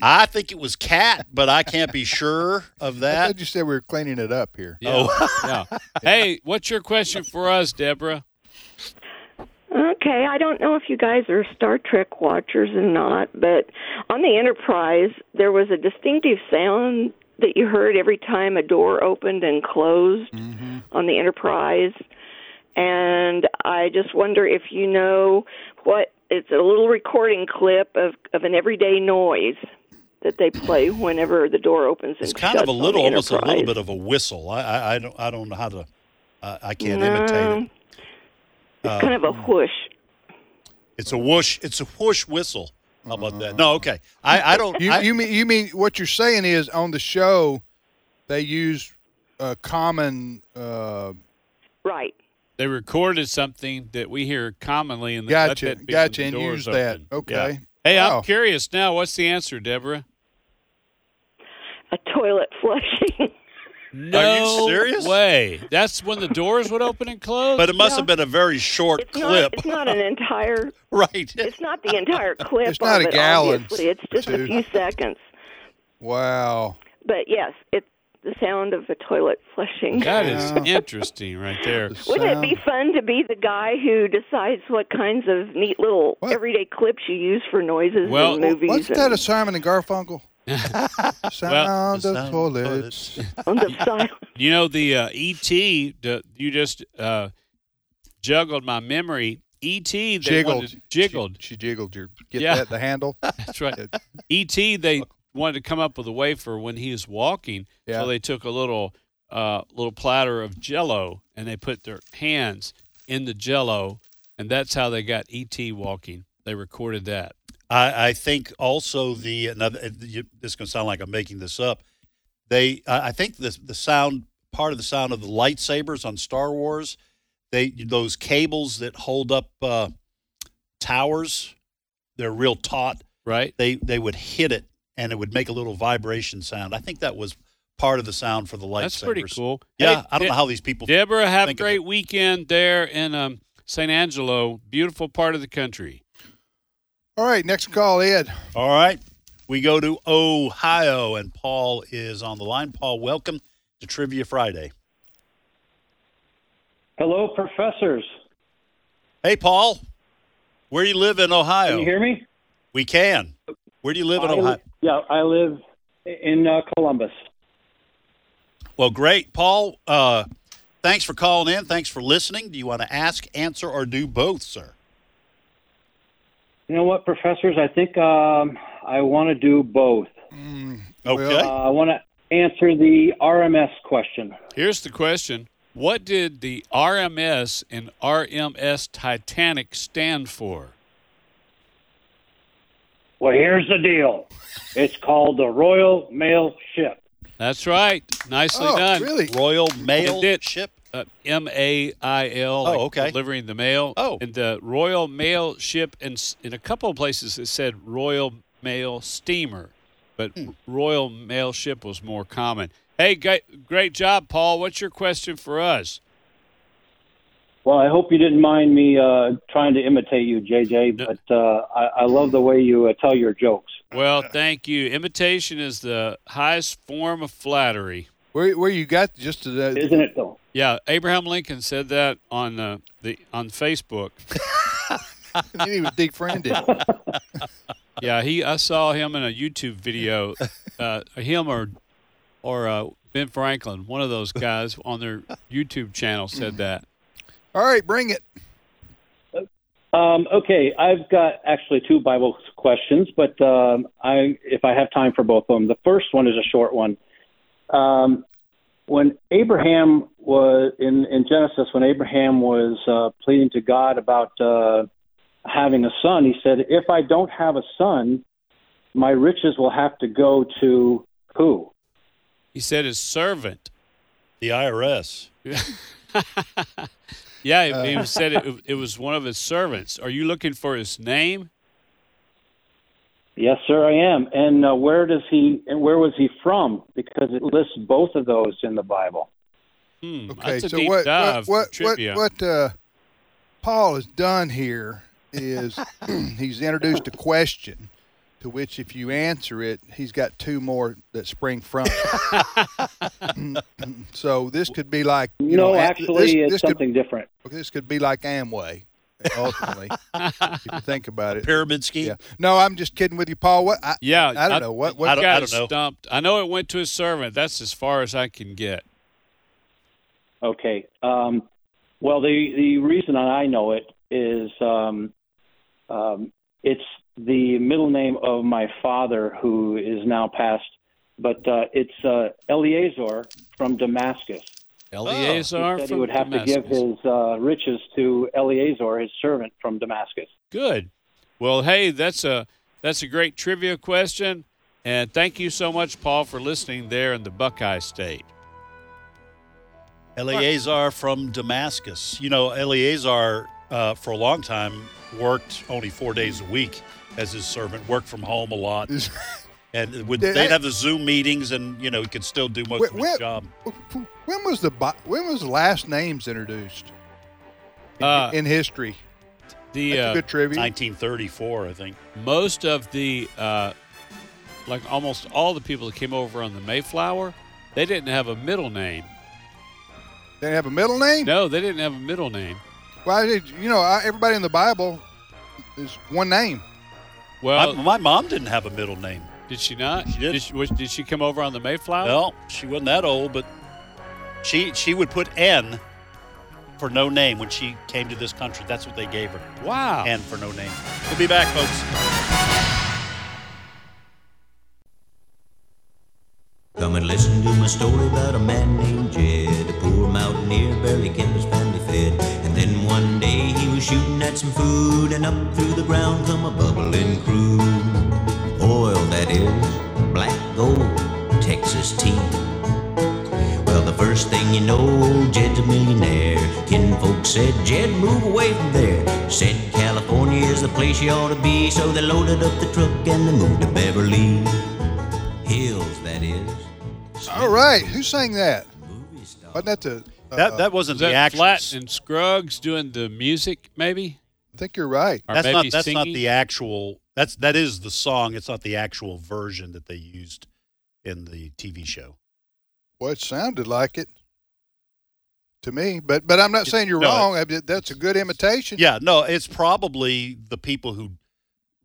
[SPEAKER 5] I think it was cat, but I can't be sure of
[SPEAKER 7] I
[SPEAKER 5] that.
[SPEAKER 7] thought you said we were cleaning it up here.
[SPEAKER 5] Oh,
[SPEAKER 4] Yeah. Hey, what's your question for us, Deborah?
[SPEAKER 9] Okay, I don't know if you guys are Star Trek watchers or not, but on the Enterprise, there was a distinctive sound that you heard every time a door opened and closed
[SPEAKER 5] Mm-hmm.
[SPEAKER 9] on the Enterprise. And I just wonder if you know what it's a little recording clip of of an everyday noise that they play whenever the door opens and
[SPEAKER 5] it's kind
[SPEAKER 9] shuts
[SPEAKER 5] of a little,
[SPEAKER 9] on the
[SPEAKER 5] almost a little
[SPEAKER 9] Enterprise.
[SPEAKER 5] bit of a whistle. I, I, I don't, I don't know how to. I, I can't
[SPEAKER 9] No,
[SPEAKER 5] imitate it. Uh,
[SPEAKER 7] Hmm.
[SPEAKER 9] It's kind of a whoosh.
[SPEAKER 5] It's a whoosh. It's a whoosh whistle. How about that? No, okay. I, I don't.
[SPEAKER 7] Uh-huh. You,
[SPEAKER 5] I-
[SPEAKER 7] you mean you mean what you're saying is on the show they use a common uh,
[SPEAKER 9] Right.
[SPEAKER 4] They recorded something that we hear commonly in the let
[SPEAKER 7] Gotcha,
[SPEAKER 4] that be when
[SPEAKER 7] gotcha,
[SPEAKER 4] the
[SPEAKER 7] and
[SPEAKER 4] doors
[SPEAKER 7] use that.
[SPEAKER 4] open.
[SPEAKER 7] Okay.
[SPEAKER 4] Yeah. Hey,
[SPEAKER 7] Wow.
[SPEAKER 4] I'm curious now. What's the answer, Deborah?
[SPEAKER 9] A toilet flushing.
[SPEAKER 4] No
[SPEAKER 5] serious?
[SPEAKER 4] way. That's when the doors would open and close.
[SPEAKER 5] but it must
[SPEAKER 9] Yeah.
[SPEAKER 5] have been a very short
[SPEAKER 9] It's not, (laughs)
[SPEAKER 5] clip,
[SPEAKER 9] it's not an entire.
[SPEAKER 4] (laughs)
[SPEAKER 5] right?
[SPEAKER 9] It's not the entire clip.
[SPEAKER 7] It's not
[SPEAKER 9] of
[SPEAKER 7] a
[SPEAKER 9] it,
[SPEAKER 7] gallon,
[SPEAKER 9] Obviously. It's just
[SPEAKER 7] too.
[SPEAKER 9] a few seconds.
[SPEAKER 7] wow.
[SPEAKER 9] But yes, it's the sound of a toilet flushing.
[SPEAKER 4] that is
[SPEAKER 7] Wow.
[SPEAKER 4] interesting, right there.
[SPEAKER 7] The
[SPEAKER 9] Wouldn't it be fun
[SPEAKER 7] sound.
[SPEAKER 9] to be the guy who decides what kinds of neat little
[SPEAKER 7] What?
[SPEAKER 9] everyday clips you use for noises
[SPEAKER 4] Well,
[SPEAKER 9] in movies?
[SPEAKER 7] What's
[SPEAKER 9] and
[SPEAKER 7] that a Simon
[SPEAKER 9] (laughs)
[SPEAKER 7] and Garfuncle? sound
[SPEAKER 4] Well,
[SPEAKER 7] of toilets.
[SPEAKER 9] sound of silence?
[SPEAKER 4] (laughs) You know the uh, ET. The, you just uh, juggled my memory. ET. They
[SPEAKER 7] Jiggled.
[SPEAKER 4] wanted- jiggled.
[SPEAKER 7] She, she jiggled your get
[SPEAKER 4] Yeah.
[SPEAKER 7] that the handle.
[SPEAKER 4] That's right. ET. E They wanted to come up with a way for when he was walking.
[SPEAKER 7] Yeah.
[SPEAKER 4] So they took a little uh, little platter of Jello and they put their hands in the Jello, and that's how they got ET walking. They recorded that.
[SPEAKER 5] I, I think also the another. uh, you- This is going to sound like I'm making this up. They, I I think the the sound part of the sound of the lightsabers on Star Wars. They those cables that hold up uh, towers. They're real taut.
[SPEAKER 4] Right.
[SPEAKER 5] They they would hit it and it would make a little vibration sound. I think that was part of the sound for the lightsabers.
[SPEAKER 4] That's pretty cool.
[SPEAKER 5] Yeah,
[SPEAKER 4] Hey,
[SPEAKER 5] I don't
[SPEAKER 4] De-
[SPEAKER 5] know how these people.
[SPEAKER 4] Deborah, have a
[SPEAKER 5] think of
[SPEAKER 4] great
[SPEAKER 5] it.
[SPEAKER 4] weekend there in um, St. Angelo, beautiful part of the country.
[SPEAKER 7] All right, next call, Ed.
[SPEAKER 5] All right. We go to Ohio, and Paul is on the line. Paul, welcome to Trivia Friday.
[SPEAKER 10] Hello, professors.
[SPEAKER 5] Hey, Paul, where do you live in Ohio?
[SPEAKER 10] Can you hear me?
[SPEAKER 5] We can. Where do you live in
[SPEAKER 10] I-
[SPEAKER 5] Ohio?
[SPEAKER 10] Yeah, I live in uh, Columbus.
[SPEAKER 5] Well, great. Paul, uh, thanks for calling in. Thanks for listening. Do you want to ask, answer, or do both, sir?
[SPEAKER 10] You know what, professors? I think um, I want to do both.
[SPEAKER 5] Mm, Okay.
[SPEAKER 10] Uh, I want to answer the RMS question.
[SPEAKER 4] Here's the question What did the RMS and RMS Titanic stand for?
[SPEAKER 10] Well, here's the deal. It's called the Royal Mail Ship.
[SPEAKER 4] That's right. Nicely
[SPEAKER 7] oh,
[SPEAKER 4] done.
[SPEAKER 7] really?
[SPEAKER 5] Royal Mail
[SPEAKER 4] It did.
[SPEAKER 5] Ship.
[SPEAKER 4] Uh, M A I L.
[SPEAKER 5] Oh, okay.
[SPEAKER 4] Delivering the mail.
[SPEAKER 5] Oh.
[SPEAKER 4] And the Royal Mail ship, and s- in a couple of places it said Royal Mail Steamer, but
[SPEAKER 5] Hmm.
[SPEAKER 4] Royal Mail ship was more common. Hey, great, great job, Paul. What's your question for us?
[SPEAKER 10] Well, I hope you didn't mind me uh, trying to imitate you, JJ,
[SPEAKER 4] No.
[SPEAKER 10] but uh, I, I love the way you uh, tell your jokes.
[SPEAKER 7] (laughs)
[SPEAKER 4] Well, thank you. Imitation is the highest form of flattery.
[SPEAKER 7] Where where you got just to the
[SPEAKER 10] Isn't it,
[SPEAKER 7] (laughs)
[SPEAKER 10] though?
[SPEAKER 4] Yeah, Abraham Lincoln said that on uh, the on Facebook.
[SPEAKER 7] he was defriended.
[SPEAKER 10] (laughs)
[SPEAKER 4] Yeah, he. I saw him in a YouTube video. Uh, him or or uh, Ben Franklin, one of those guys on their YouTube channel said that.
[SPEAKER 7] All right, bring it.
[SPEAKER 10] Um, okay, I've got actually two Bible questions, but um, I, if I have time for both of them, the first one is a short one. Um, when Abraham was in, in Genesis, when Abraham was uh, pleading to God about uh, having a son, he said, "If I don't have a son, my riches will have to go to who?"
[SPEAKER 4] He said his servant.
[SPEAKER 5] The IRS.
[SPEAKER 4] (laughs) Yeah, he he said it, it was one of his servants. Are you looking for his name?
[SPEAKER 10] Yes, sir, I am. And uh, where does he? And where was he from? Because it lists both of those in the Bible.
[SPEAKER 4] Hmm,
[SPEAKER 7] Okay,
[SPEAKER 4] that's a
[SPEAKER 7] so
[SPEAKER 4] deep
[SPEAKER 7] what,
[SPEAKER 4] dive.
[SPEAKER 7] what
[SPEAKER 4] for
[SPEAKER 7] what
[SPEAKER 4] trivia.
[SPEAKER 7] what what uh, Paul has done here
[SPEAKER 10] (laughs)
[SPEAKER 7] is he's introduced a question to which, if you answer it, he's got two more that spring from. it. so this could be like you
[SPEAKER 10] no,
[SPEAKER 7] know, a-
[SPEAKER 10] actually,
[SPEAKER 7] this,
[SPEAKER 10] it's
[SPEAKER 7] this
[SPEAKER 10] something different.
[SPEAKER 7] Could, this could be like Amway. Ultimately, if you think about it.
[SPEAKER 5] Pyramid scheme.
[SPEAKER 7] Yeah. No, I'm just kidding with you, Paul. What? I,
[SPEAKER 4] Yeah,
[SPEAKER 7] I don't know. What- what-
[SPEAKER 4] I
[SPEAKER 5] I don't-
[SPEAKER 4] got
[SPEAKER 5] I don't know.
[SPEAKER 4] stumped. I know it went to his servant. That's as far as I can get.
[SPEAKER 10] Okay. Um, well, the the reason that I know it is um, um, it's the middle name of my father, who is now passed, but uh, it's uh, Eleazar from Damascus. Oh.
[SPEAKER 4] Oh, Eleazar
[SPEAKER 10] he said he
[SPEAKER 4] from
[SPEAKER 10] would have
[SPEAKER 4] Damascus.
[SPEAKER 10] to give his uh, riches to Eleazar, his servant from Damascus.
[SPEAKER 4] Good. Well, hey, that's a That's a great trivia question. And thank you so much, Paul, for listening there in the Buckeye State.
[SPEAKER 5] Eleazar from Damascus. You know, Eleazar uh, for a long time worked only four days a week as his servant, worked from home
[SPEAKER 7] (laughs)
[SPEAKER 5] a lot. and would,
[SPEAKER 7] Did
[SPEAKER 5] they'd
[SPEAKER 7] I-
[SPEAKER 5] have the Zoom meetings and, you know, he could still do most
[SPEAKER 7] Wh-
[SPEAKER 5] of his
[SPEAKER 7] wh-
[SPEAKER 5] job.
[SPEAKER 7] When was the bo- when was last names introduced in,
[SPEAKER 4] Uh,
[SPEAKER 7] in history?
[SPEAKER 4] The
[SPEAKER 7] That's
[SPEAKER 4] uh,
[SPEAKER 7] a good trivia.
[SPEAKER 5] 1934, I think.
[SPEAKER 4] most of the uh, like almost all the people that came over on the Mayflower, they didn't have a middle name.
[SPEAKER 7] They have a middle name.
[SPEAKER 4] No, they didn't have a middle name.
[SPEAKER 7] Why did you know I, everybody in the Bible is one name?
[SPEAKER 4] Well,
[SPEAKER 5] my, my mom didn't have a middle name.
[SPEAKER 4] did she not?
[SPEAKER 5] She did.
[SPEAKER 4] she, was, did she come over on the Mayflower?
[SPEAKER 5] No, she wasn't that old, but she she would put N for no name when she came to this country. That's what they gave her.
[SPEAKER 4] Wow.
[SPEAKER 5] N for no name. We'll be back, folks.
[SPEAKER 11] Come and listen to my story about a man named Jed, a poor mountaineer, barely kept his family fed. And then one day he was shooting at some food, and up through the ground come a bubbling crude. Oil, that is, black gold, Texas tea. Well, the first thing you know, old Jed's a millionaire. Kin folks said, Jed, move away from there. Said California is the place you ought to be, so they loaded up the truck and they moved to Beverly Hills, that is.
[SPEAKER 7] All right, who sang that?
[SPEAKER 11] Movie star.
[SPEAKER 7] Wasn't that the? uh,
[SPEAKER 5] That that wasn't
[SPEAKER 4] Is
[SPEAKER 5] the
[SPEAKER 4] that
[SPEAKER 5] actress.
[SPEAKER 4] Flat and Scruggs doing the music, maybe?
[SPEAKER 7] I think you're right.
[SPEAKER 4] Or
[SPEAKER 5] that's
[SPEAKER 4] maybe
[SPEAKER 5] not that's not
[SPEAKER 4] singing?
[SPEAKER 5] the actual. That's that is the song. It's not the actual version that they used in the TV show.
[SPEAKER 7] Well, it sounded like it to me, but but I'm not saying you're
[SPEAKER 5] No,
[SPEAKER 7] wrong. I mean, That's a good imitation.
[SPEAKER 5] Yeah, no, it's probably the people who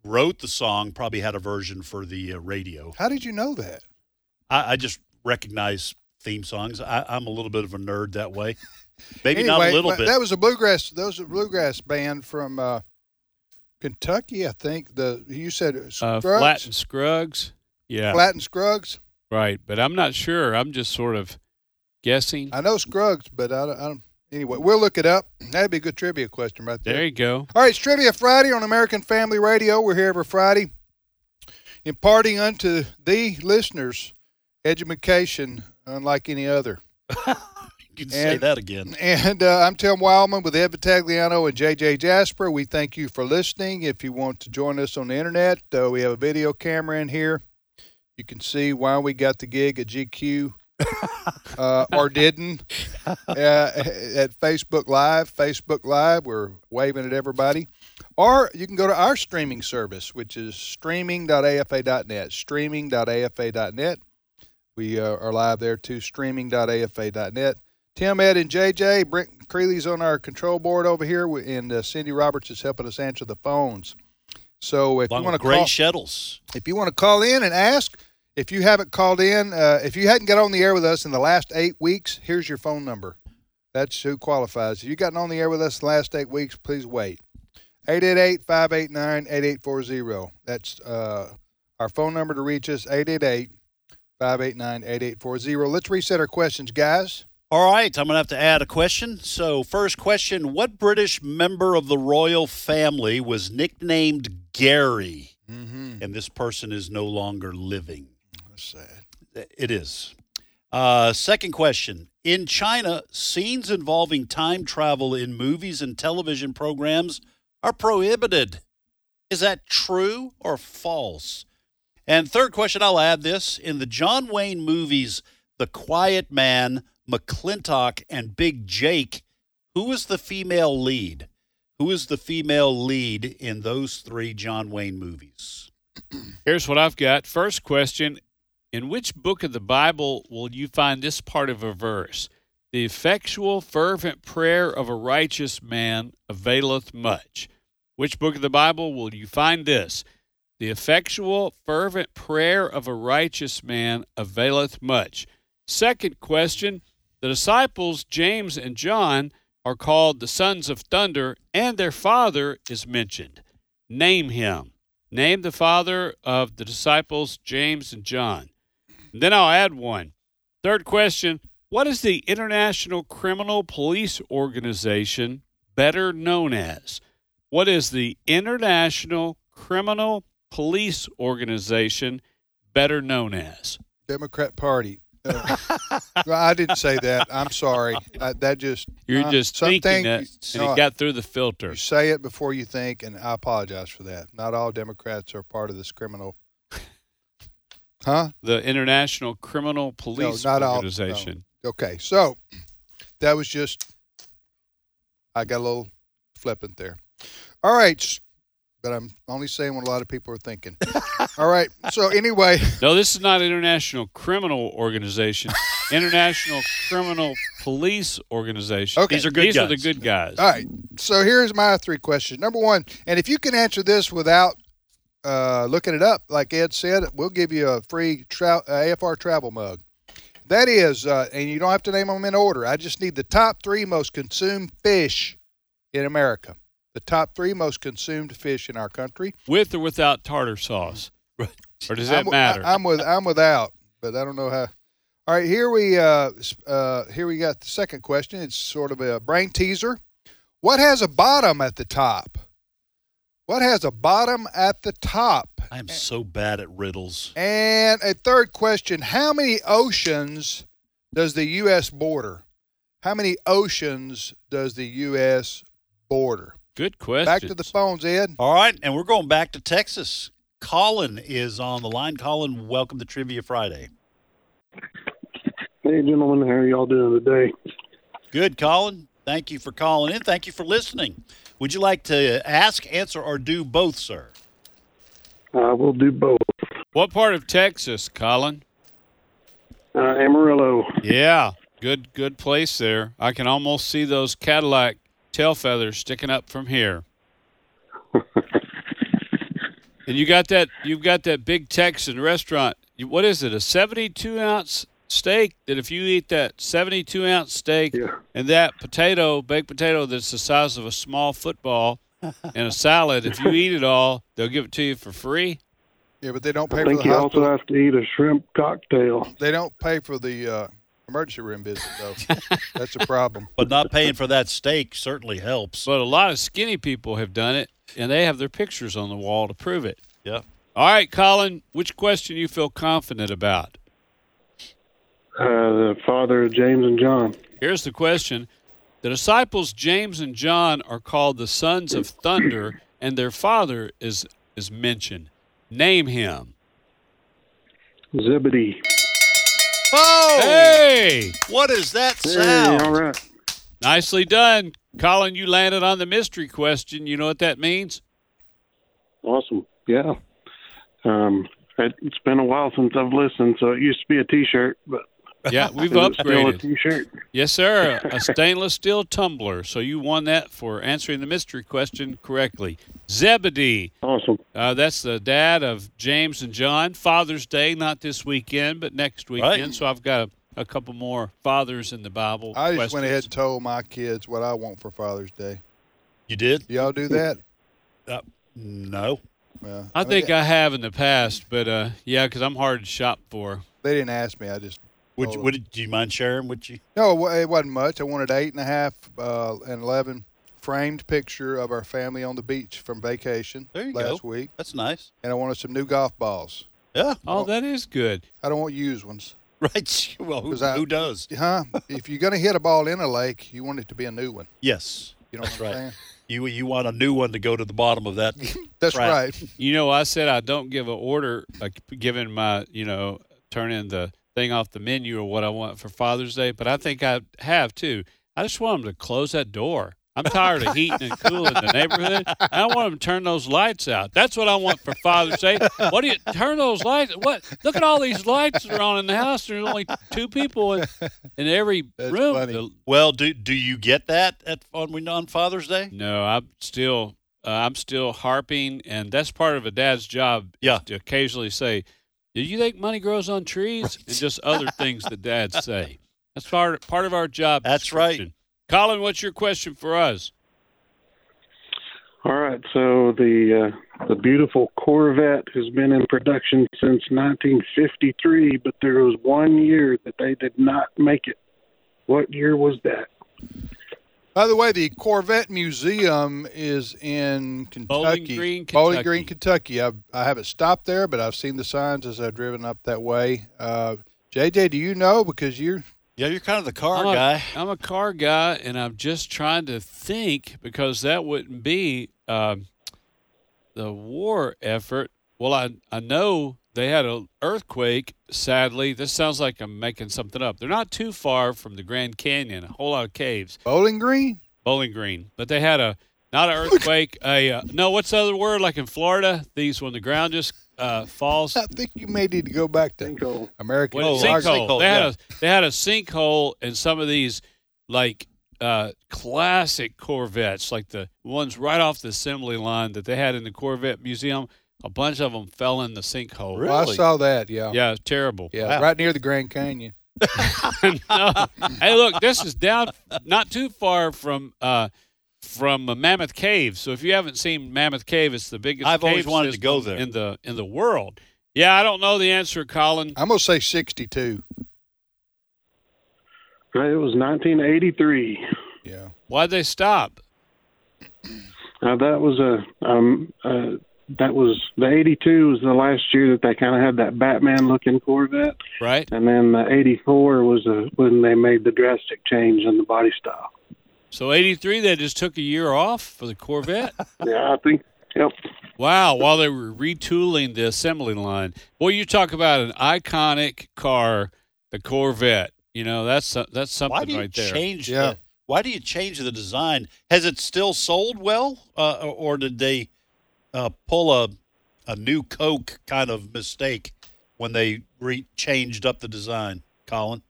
[SPEAKER 5] wrote the song probably had a version for the uh, radio.
[SPEAKER 7] How did you know that?
[SPEAKER 5] I, I just recognize theme songs. I, I'm a little bit of a nerd
[SPEAKER 7] (laughs)
[SPEAKER 5] that way. Maybe not a
[SPEAKER 7] Anyway,
[SPEAKER 5] little
[SPEAKER 7] but
[SPEAKER 5] bit.
[SPEAKER 7] That was a bluegrass. Those a bluegrass band from uh, Kentucky, I think. The you said it was
[SPEAKER 4] Uh,
[SPEAKER 7] Scruggs,
[SPEAKER 4] Flat and Scruggs. Yeah.
[SPEAKER 7] Flat and Scruggs.
[SPEAKER 4] Right. But I'm not sure. I'm just sort of guessing.
[SPEAKER 7] I know Scruggs, but I don't, I don't. Anyway, we'll look it up. That'd be a good trivia question right there.
[SPEAKER 4] There you go.
[SPEAKER 7] All right, it's Trivia Friday on American Family Radio. We're here every Friday, imparting unto the listeners education unlike any other.
[SPEAKER 5] (laughs) you can say
[SPEAKER 7] and-
[SPEAKER 5] that again.
[SPEAKER 7] (laughs) And uh, I'm Tim Wildman with Ed Vitagliano and JJ Jasper. We thank you for listening. If you want to join us on the internet, uh, we have a video camera in here. You can see why we got the gig at GQ (laughs) uh, or didn't uh, (laughs) at Facebook Live. Facebook Live, we're waving at everybody. Or you can go to our streaming service, which is streaming.afa.net. Streaming.afa.net. We uh, are live there too, streaming.afa.net. Tim, Ed, and JJ. Brent Creeley's on our control board over here, wi- and uh, Cindy Roberts is helping us answer the phones. So if
[SPEAKER 5] Along
[SPEAKER 7] you want
[SPEAKER 5] with
[SPEAKER 7] to
[SPEAKER 5] Gray
[SPEAKER 7] call,
[SPEAKER 5] Shettles.
[SPEAKER 7] if you want to call in and ask, if you haven't called in, uh, if you hadn't got on the air with us in the last eight weeks, here's your phone number. That's who qualifies. If you've gotten on the air with us the last eight weeks, please wait. 888 589 8840. That's uh, our phone number to reach us 888 589 8840. Let's reset our questions,
[SPEAKER 4] (laughs)
[SPEAKER 7] guys.
[SPEAKER 5] All right, I'm going to have to add a question. So, first question What British member of the royal family was nicknamed Gary?
[SPEAKER 7] Mm-hmm.
[SPEAKER 5] And this person is no longer living.
[SPEAKER 7] That's sad.
[SPEAKER 5] It is. Uh, second question. In China, scenes involving time travel in movies and television programs are prohibited. Is that true or false? And third question, I'll add this. In the John Wayne movies, The Quiet Man, McClintock, and Big Jake, who was the female lead? Who was the female lead in those three John Wayne movies?
[SPEAKER 4] Here's what I've got. First question In which book of the Bible will you find this part of a verse? The effectual, fervent prayer of a righteous man availeth much. Which book of the Bible will you find this? The effectual, fervent prayer of a righteous man availeth much. Second question The disciples, James and John, are called the sons of thunder, and their father is mentioned. Name him. Name the father of the disciples James and John. And then I'll add one. Third question What is the International Criminal Police Organization better known as? What is the International Criminal police organization, better known as.
[SPEAKER 7] Democrat Party. Uh, well, I didn't say that. I'm sorry. I, that just
[SPEAKER 4] You're
[SPEAKER 7] uh,
[SPEAKER 4] just
[SPEAKER 7] some
[SPEAKER 4] thinking
[SPEAKER 7] things
[SPEAKER 4] that,
[SPEAKER 7] you-
[SPEAKER 4] and
[SPEAKER 7] no,
[SPEAKER 4] it got through the filter.
[SPEAKER 7] you say it before you think, and I apologize for that. Not all Democrats are part of this criminal. Huh?
[SPEAKER 4] The International Criminal Police
[SPEAKER 7] not all- no.
[SPEAKER 4] Organization.
[SPEAKER 7] Okay, so that was just I got a little flippant there. All right, s- but I'm only saying what a lot of people are
[SPEAKER 4] (laughs)
[SPEAKER 7] thinking. all right, so anyway, (laughs)
[SPEAKER 4] No, this is not International Criminal Organization. International Criminal Police Organization.
[SPEAKER 7] Okay. These are good
[SPEAKER 4] These are the
[SPEAKER 7] guys.
[SPEAKER 4] good guys.
[SPEAKER 7] all right. So here's my three questions. Number one, and if you can answer this without uh, looking it up, like Ed said, we'll give you a free tra- uh, AFR travel mug. That is, uh, and you don't have to name them in order. I just need the top three most consumed fish in America. The top three most consumed fish in our country.
[SPEAKER 4] With or without tartar sauce? Or does
[SPEAKER 7] I'm,
[SPEAKER 4] that
[SPEAKER 7] wi-
[SPEAKER 4] matter?
[SPEAKER 7] I, am with I'm without, but I don't know how. All right, here we uh, s- uh, here we got the second question. It's sort of a brain teaser. What has a bottom at the top? What has a bottom at the top?
[SPEAKER 5] I am so bad at riddles.
[SPEAKER 7] And a third question: How many oceans does the U.S. border? How many oceans does the U.S. border?
[SPEAKER 4] Good question.
[SPEAKER 7] Back to the phones, Ed.
[SPEAKER 5] All right, and we're going back to Texas. Colin is on the line. Colin, welcome to Trivia Friday.
[SPEAKER 12] Hey, gentlemen, how are y'all doing today?
[SPEAKER 5] Good, Colin. Thank you for calling in. Thank you for listening. Would you like to ask, answer, or do both, sir?
[SPEAKER 12] I will Uh, do both.
[SPEAKER 4] What part of Texas, Colin?
[SPEAKER 12] Uh, Amarillo.
[SPEAKER 4] Yeah, good good place there. I can almost see those Cadillac tail feathers sticking up from
[SPEAKER 12] (laughs)
[SPEAKER 4] here. and you got that you've got that big Texan restaurant. You, what is it? A seventy-two ounce steak? That if you eat that seventy-two ounce steak and that potato, baked potato that's the size of a small
[SPEAKER 12] (laughs)
[SPEAKER 4] football, and a salad, if you eat it all, they'll give it to you for free.
[SPEAKER 7] Yeah, but they don't pay
[SPEAKER 12] I
[SPEAKER 7] for the
[SPEAKER 12] think you
[SPEAKER 7] hospital.
[SPEAKER 12] also have to eat a shrimp cocktail.
[SPEAKER 7] They don't pay for the uh, emergency room visit,
[SPEAKER 5] (laughs)
[SPEAKER 7] though. That's a problem.
[SPEAKER 5] But not paying for that steak certainly helps.
[SPEAKER 4] But a lot of skinny people have done it, and they have their pictures on the wall to prove it.
[SPEAKER 5] Yeah.
[SPEAKER 4] All right, Colin, which question you feel confident about?
[SPEAKER 12] Uh, the father of James and John.
[SPEAKER 4] Here's the question. The disciples James and John are called the sons of thunder, and their father is is mentioned. Name him.
[SPEAKER 12] Zebedee.
[SPEAKER 5] Oh,
[SPEAKER 4] Hey!
[SPEAKER 5] what is that
[SPEAKER 12] Hey, all
[SPEAKER 5] sound?
[SPEAKER 12] right.
[SPEAKER 4] Nicely done. Colin, you landed on the mystery question. You know what that means?
[SPEAKER 12] Awesome. Yeah. Um, it, it's been a while since I've listened, so it used to be a T-shirt, but
[SPEAKER 5] (laughs)
[SPEAKER 4] Yeah, we've
[SPEAKER 12] is it still a
[SPEAKER 4] upgraded.
[SPEAKER 12] T-shirt?
[SPEAKER 4] Yes, sir. A stainless steel tumbler. So you won that for answering the mystery question correctly. Zebedee.
[SPEAKER 12] Awesome.
[SPEAKER 4] Uh, that's the dad of James and John. Father's Day, not this weekend, but next weekend. So I've got a, a couple more fathers in the Bible.
[SPEAKER 7] I just went
[SPEAKER 4] questions.
[SPEAKER 7] ahead and told my kids what I want for Father's Day.
[SPEAKER 5] You did?
[SPEAKER 7] Do y'all do that?
[SPEAKER 5] Uh, no.
[SPEAKER 7] Well,
[SPEAKER 4] I
[SPEAKER 7] mean,
[SPEAKER 4] think I have in the past, but uh, yeah, because I'm hard to shop for.
[SPEAKER 7] they didn't ask me. I just
[SPEAKER 5] Would
[SPEAKER 7] Hold
[SPEAKER 5] you,
[SPEAKER 7] on.
[SPEAKER 5] would, do you mind sharing? Would you?
[SPEAKER 7] no, it wa- it wasn't much. I wanted eight and a half uh, and eleven framed picture of our family on the beach from vacation
[SPEAKER 5] There you
[SPEAKER 7] last
[SPEAKER 5] go.
[SPEAKER 7] week,
[SPEAKER 5] That's nice.
[SPEAKER 7] and I wanted some new golf balls.
[SPEAKER 5] Yeah.
[SPEAKER 4] Oh, that is good.
[SPEAKER 7] I don't want used ones,
[SPEAKER 5] (laughs) Right. Well, who,
[SPEAKER 7] Was that-
[SPEAKER 5] who does?
[SPEAKER 7] huh? if you're gonna hit a ball in a lake, you want it to be a new one.
[SPEAKER 5] Yes.
[SPEAKER 7] You know what I'm
[SPEAKER 5] right.
[SPEAKER 7] saying?
[SPEAKER 5] You you want a new one to go to the bottom of that?
[SPEAKER 7] That's
[SPEAKER 5] Right.
[SPEAKER 7] right.
[SPEAKER 4] You know, I said I don't give an order, like giving my, you know, turning the thing off the menu or what I want for Father's Day, but I think I have too. I just want them to close that door. I'm tired of heating and cooling the neighborhood. I want them to turn those lights out. That's what I want for Father's Day. What do you turn those lights? What? Look at all these lights that are on in the house. There's only two people in, in every
[SPEAKER 7] (laughs) That's
[SPEAKER 4] room.
[SPEAKER 7] funny.
[SPEAKER 4] The-
[SPEAKER 5] Well, do do you get that at on when on Father's Day?
[SPEAKER 4] no, I'm still uh, I'm still harping, and that's part of a dad's job. is
[SPEAKER 5] Yeah.
[SPEAKER 4] to occasionally say, "Do you think money grows on trees?" and just other things that dads say. That's part part of our job.
[SPEAKER 5] That's right.
[SPEAKER 4] description. Colin. What's your question for us?
[SPEAKER 12] All right. So the uh, the beautiful Corvette has been in production since 1953, but there was one year that they did not make it. What year was that?
[SPEAKER 7] By the way, the Corvette Museum is in Kentucky. Bowling
[SPEAKER 4] Green,
[SPEAKER 7] Bowling
[SPEAKER 4] Kentucky.
[SPEAKER 7] Green, Kentucky. I've, I haven't stopped there, but I've seen the signs as I've driven up that way. Uh, JJ, do you know? Because you.
[SPEAKER 5] Yeah, you're kind of the car
[SPEAKER 4] I'm a- I'm a car guy, and I'm just trying to think because that wouldn't be um, the war effort. Well, I I know they had an earthquake. Sadly, this sounds like I'm making something up. They're not too far from the Grand Canyon, a whole lot of caves,
[SPEAKER 7] Bowling Green?
[SPEAKER 4] Bowling Green, but they had a not an earthquake. a uh, no, what's the other word? Like in Florida, these when the ground just uh, falls.
[SPEAKER 7] I think you may need to go back to American.
[SPEAKER 5] Oh,
[SPEAKER 4] Well,
[SPEAKER 7] Geographic.
[SPEAKER 4] sinkhole. They had a they had a sinkhole in some of these like uh, classic Corvettes, like the ones right off the assembly line that they had in the Corvette Museum. A bunch of them fell in the
[SPEAKER 5] Oh,
[SPEAKER 4] sinkhole.
[SPEAKER 7] Well, I saw that. Yeah.
[SPEAKER 4] Yeah, it's terrible.
[SPEAKER 7] Yeah,
[SPEAKER 4] (laughs)
[SPEAKER 7] right near the Grand Canyon.
[SPEAKER 4] hey, look, this is down not too far from uh, from Mammoth Cave. So if you haven't seen Mammoth Cave, it's the biggest.
[SPEAKER 5] I've always
[SPEAKER 4] cave
[SPEAKER 5] wanted to
[SPEAKER 4] system
[SPEAKER 5] go there.
[SPEAKER 4] in the in the world. Yeah, I don't know the answer, Colin.
[SPEAKER 7] I'm gonna say 62.
[SPEAKER 12] Uh, It was 1983.
[SPEAKER 4] Why'd they stop?
[SPEAKER 12] Uh, that was a um uh, that was the '82 was the last year that they kind of had that Batman looking Corvette,
[SPEAKER 4] Right.
[SPEAKER 12] and then the '84 was uh when they made the drastic change in the body style.
[SPEAKER 4] So '83, they just took a year off for the Corvette.
[SPEAKER 12] (laughs) Yeah, I think. Yep.
[SPEAKER 4] Wow, while they were retooling the assembly line. Boy, you talk about an iconic car, the Corvette. You know, that's uh, that's something
[SPEAKER 5] Why do you
[SPEAKER 4] right there.
[SPEAKER 5] change the, Why do you change the design? Has it still sold well, uh, or or did they uh, pull a a new Coke kind of mistake when they re- changed up the design? (laughs) Colin,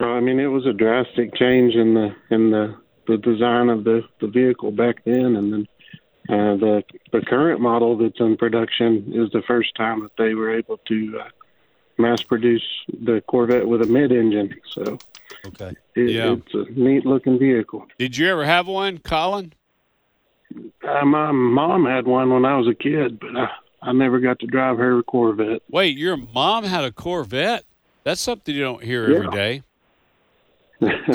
[SPEAKER 12] Uh, I mean, it was a drastic change in the in the the design of the the vehicle back then, and then uh, the the current model that's in production is the first time that they were able to uh, mass produce the Corvette with a mid engine. So.
[SPEAKER 5] Okay.
[SPEAKER 12] It,
[SPEAKER 4] Yeah.
[SPEAKER 12] It's a neat looking vehicle.
[SPEAKER 4] Did you ever have one, Colin?
[SPEAKER 12] Uh, my mom had one when I was a kid, but I, I never got to drive her Corvette.
[SPEAKER 4] Wait, your mom had a Corvette? That's something you don't hear every day.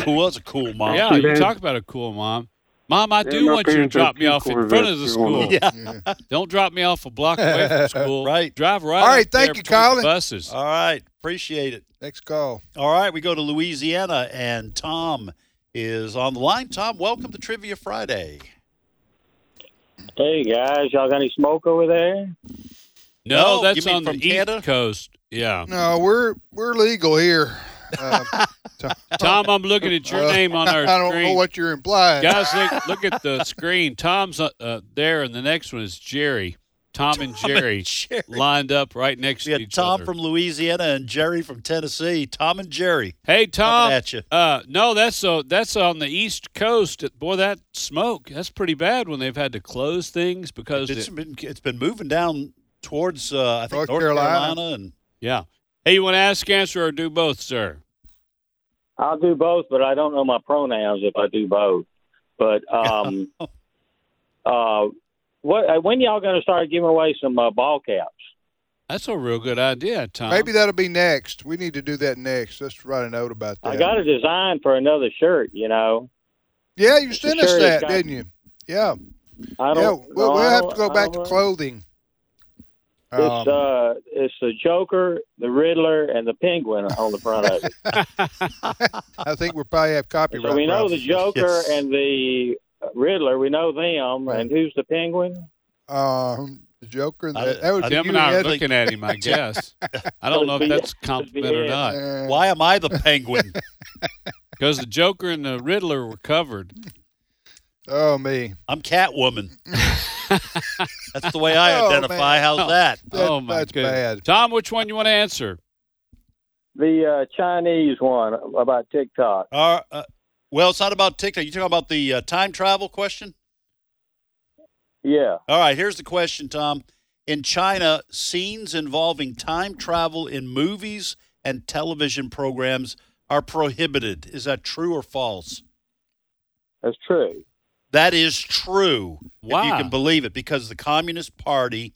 [SPEAKER 5] who was a cool mom?
[SPEAKER 4] Yeah, you talk about a cool mom. Mom, I
[SPEAKER 5] Yeah,
[SPEAKER 4] do
[SPEAKER 5] my
[SPEAKER 4] want you to
[SPEAKER 5] parents had
[SPEAKER 4] drop me
[SPEAKER 5] two
[SPEAKER 4] off in front of the
[SPEAKER 5] Corvettes growing
[SPEAKER 4] school.
[SPEAKER 5] up.
[SPEAKER 4] (laughs) Don't drop me off a block away from school. right. Drive right.
[SPEAKER 5] All right,
[SPEAKER 4] up there
[SPEAKER 5] thank you,
[SPEAKER 4] between the
[SPEAKER 5] Colin. Uh,
[SPEAKER 4] Buses.
[SPEAKER 5] All right, appreciate it.
[SPEAKER 7] Next call.
[SPEAKER 5] All right, we go to Louisiana, and Tom is on the line. Tom, welcome to Trivia Friday.
[SPEAKER 13] Hey guys, y'all got any smoke over there?
[SPEAKER 4] No,
[SPEAKER 5] No,
[SPEAKER 4] Oh, that's
[SPEAKER 5] you mean
[SPEAKER 4] on the
[SPEAKER 5] from
[SPEAKER 4] East Coast. Yeah.
[SPEAKER 7] No, we're we're legal
[SPEAKER 4] (laughs)
[SPEAKER 7] here. Uh,
[SPEAKER 4] Tom, I'm looking at your
[SPEAKER 7] Uh,
[SPEAKER 4] name
[SPEAKER 7] (laughs)
[SPEAKER 4] on our
[SPEAKER 7] I don't
[SPEAKER 4] screen.
[SPEAKER 7] know what you're implying.
[SPEAKER 4] Guys, look, look at the screen. Tom's uh, uh, there, and the next one is Jerry. Tom and Jerry, lined up right next to each
[SPEAKER 5] Tom
[SPEAKER 4] other.
[SPEAKER 5] from Louisiana and Jerry from Tennessee. Tom and Jerry.
[SPEAKER 4] Hey, Tom.
[SPEAKER 5] Coming at you.
[SPEAKER 4] Uh, no, that's uh, that's on the East Coast. Boy, that smoke, that's pretty bad when they've had to close things because
[SPEAKER 5] It's
[SPEAKER 4] it-
[SPEAKER 5] been it's been moving down towards uh, I think North,
[SPEAKER 4] North
[SPEAKER 5] Carolina.
[SPEAKER 4] Carolina.
[SPEAKER 5] and
[SPEAKER 4] yeah. Hey, you want to ask, answer, or do both, sir?
[SPEAKER 13] I'll do both, but I don't know my pronouns if I do both.
[SPEAKER 4] (laughs)
[SPEAKER 13] But um, uh, what? uh, When y'all gonna start giving away some uh, ball caps?
[SPEAKER 4] That's a real good idea, Tom.
[SPEAKER 7] Maybe that'll be next. We need to do that next. Let's write a note about that.
[SPEAKER 13] I got a design for another shirt. You know.
[SPEAKER 7] Yeah, you sent us
[SPEAKER 13] Sure,
[SPEAKER 7] that,
[SPEAKER 13] got-
[SPEAKER 7] didn't you? Yeah.
[SPEAKER 13] I don't.
[SPEAKER 7] yeah,
[SPEAKER 13] know,
[SPEAKER 7] we'll, we'll
[SPEAKER 13] I
[SPEAKER 7] have to
[SPEAKER 13] don't-
[SPEAKER 7] go
[SPEAKER 13] I
[SPEAKER 7] back to
[SPEAKER 13] don't-
[SPEAKER 7] clothing.
[SPEAKER 13] It's
[SPEAKER 7] Um,
[SPEAKER 13] uh, it's the Joker, the Riddler, and the Penguin on the front of it.
[SPEAKER 7] I think we'll probably have copyright.
[SPEAKER 13] so we know the
[SPEAKER 5] (laughs)
[SPEAKER 7] problems.
[SPEAKER 13] Joker and the Riddler. We know them, and who's the Penguin?
[SPEAKER 7] Um, the Joker.
[SPEAKER 13] I-
[SPEAKER 7] That, that would
[SPEAKER 13] I-
[SPEAKER 7] be
[SPEAKER 13] Them
[SPEAKER 7] you
[SPEAKER 13] and I
[SPEAKER 7] and
[SPEAKER 13] are
[SPEAKER 7] Ed.
[SPEAKER 13] looking at him,
[SPEAKER 7] (laughs)
[SPEAKER 13] I guess.
[SPEAKER 4] I don't know if that's a compliment or
[SPEAKER 7] Uh,
[SPEAKER 4] not.
[SPEAKER 5] Why am I the (laughs) penguin?
[SPEAKER 4] Because the Joker and the Riddler were covered.
[SPEAKER 7] Oh me,
[SPEAKER 4] (laughs)
[SPEAKER 5] I'm Catwoman. that's the way I identify. How's Oh, that?
[SPEAKER 4] oh my goodness. Tom, which one you want to answer?
[SPEAKER 13] The uh, Chinese one about TikTok.
[SPEAKER 5] Uh, uh, well, it's not about TikTok. You talking about the uh, time travel question?
[SPEAKER 13] Yeah.
[SPEAKER 5] All right. Here's the question, Tom. In China, scenes involving time travel in movies and television programs are prohibited. Is that true or false?
[SPEAKER 13] That's true.
[SPEAKER 5] That is true. If you
[SPEAKER 4] Why?
[SPEAKER 5] can believe it, because the Communist Party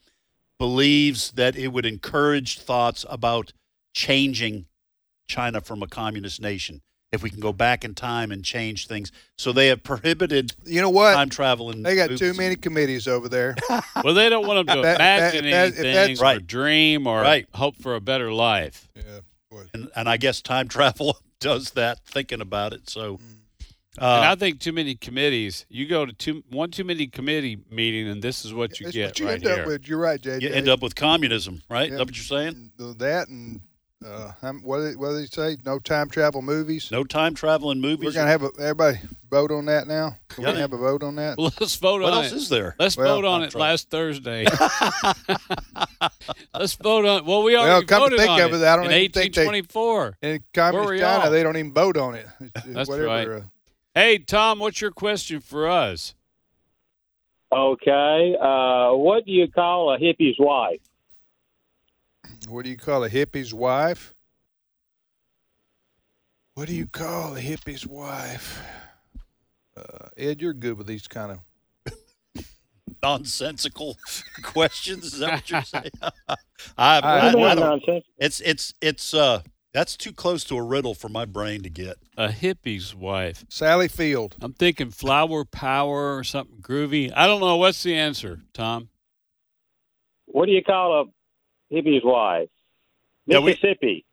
[SPEAKER 5] believes that it would encourage thoughts about changing China from a communist nation. if we can go back in time and change things. So they have prohibited
[SPEAKER 7] you know what
[SPEAKER 5] time travel in
[SPEAKER 7] They got
[SPEAKER 5] movies.
[SPEAKER 7] too many committees over
[SPEAKER 4] (laughs)
[SPEAKER 7] there.
[SPEAKER 4] Well, they don't
[SPEAKER 7] (laughs)
[SPEAKER 4] want them to
[SPEAKER 7] That- that-
[SPEAKER 4] imagine
[SPEAKER 7] that- if
[SPEAKER 4] anything
[SPEAKER 7] that's-
[SPEAKER 4] or dream or
[SPEAKER 5] Right.
[SPEAKER 4] hope for a better life.
[SPEAKER 5] and, and I guess time travel (laughs) does that thinking about it.
[SPEAKER 7] Mm.
[SPEAKER 5] So
[SPEAKER 4] and
[SPEAKER 5] uh,
[SPEAKER 4] I think too many committees. You go to too one too many committee meeting, and this is what you
[SPEAKER 7] That's
[SPEAKER 4] get
[SPEAKER 7] what you
[SPEAKER 4] right
[SPEAKER 7] end
[SPEAKER 4] here.
[SPEAKER 7] up with. You're right, JJ.
[SPEAKER 5] you end up with communism, right? Is that what you're saying?
[SPEAKER 7] that and uh, I'm- what did, what did he say? No time travel movies.
[SPEAKER 5] No time travel in movies.
[SPEAKER 7] We're gonna have a, everybody vote on that now. We're
[SPEAKER 5] Yeah.
[SPEAKER 7] gonna have a vote on that.
[SPEAKER 4] Well, let's vote
[SPEAKER 5] What
[SPEAKER 4] on
[SPEAKER 5] else
[SPEAKER 4] it.
[SPEAKER 5] is there?
[SPEAKER 4] Let's
[SPEAKER 7] Well,
[SPEAKER 4] vote on
[SPEAKER 7] I'm
[SPEAKER 4] it
[SPEAKER 7] (laughs)
[SPEAKER 4] last Thursday. let's vote on. Well, we already
[SPEAKER 7] well, come to
[SPEAKER 4] voted
[SPEAKER 7] think
[SPEAKER 4] on
[SPEAKER 7] of it, I don't
[SPEAKER 4] in
[SPEAKER 7] even think they.
[SPEAKER 4] 1824.
[SPEAKER 7] In
[SPEAKER 4] Where we
[SPEAKER 7] communist China,
[SPEAKER 4] are.
[SPEAKER 7] they don't even vote on it. It's- it's
[SPEAKER 4] That's
[SPEAKER 7] whatever,
[SPEAKER 4] right.
[SPEAKER 7] uh,
[SPEAKER 4] Hey, Tom, what's your question for us?
[SPEAKER 13] Okay. Uh, what do you call a hippie's wife?
[SPEAKER 7] what do you call a hippie's wife? What do you call a hippie's wife? Uh, Ed, you're good with these kind of.
[SPEAKER 5] Nonsensical (laughs) questions. Is
[SPEAKER 4] (laughs)
[SPEAKER 5] that what you're saying? (laughs) I,
[SPEAKER 13] What do you
[SPEAKER 5] I- I
[SPEAKER 13] mean,
[SPEAKER 5] don't-
[SPEAKER 13] nonsense?
[SPEAKER 5] it's it's it's uh that's too close to a riddle for my brain to get.
[SPEAKER 4] A hippie's wife.
[SPEAKER 7] Sally Field.
[SPEAKER 4] Uh, I'm thinking flower power or something groovy. I don't know. What's the answer,
[SPEAKER 5] (laughs)
[SPEAKER 4] Tom?
[SPEAKER 13] What do you call a hippie's wife?
[SPEAKER 5] Yeah, we-
[SPEAKER 13] Mississippi.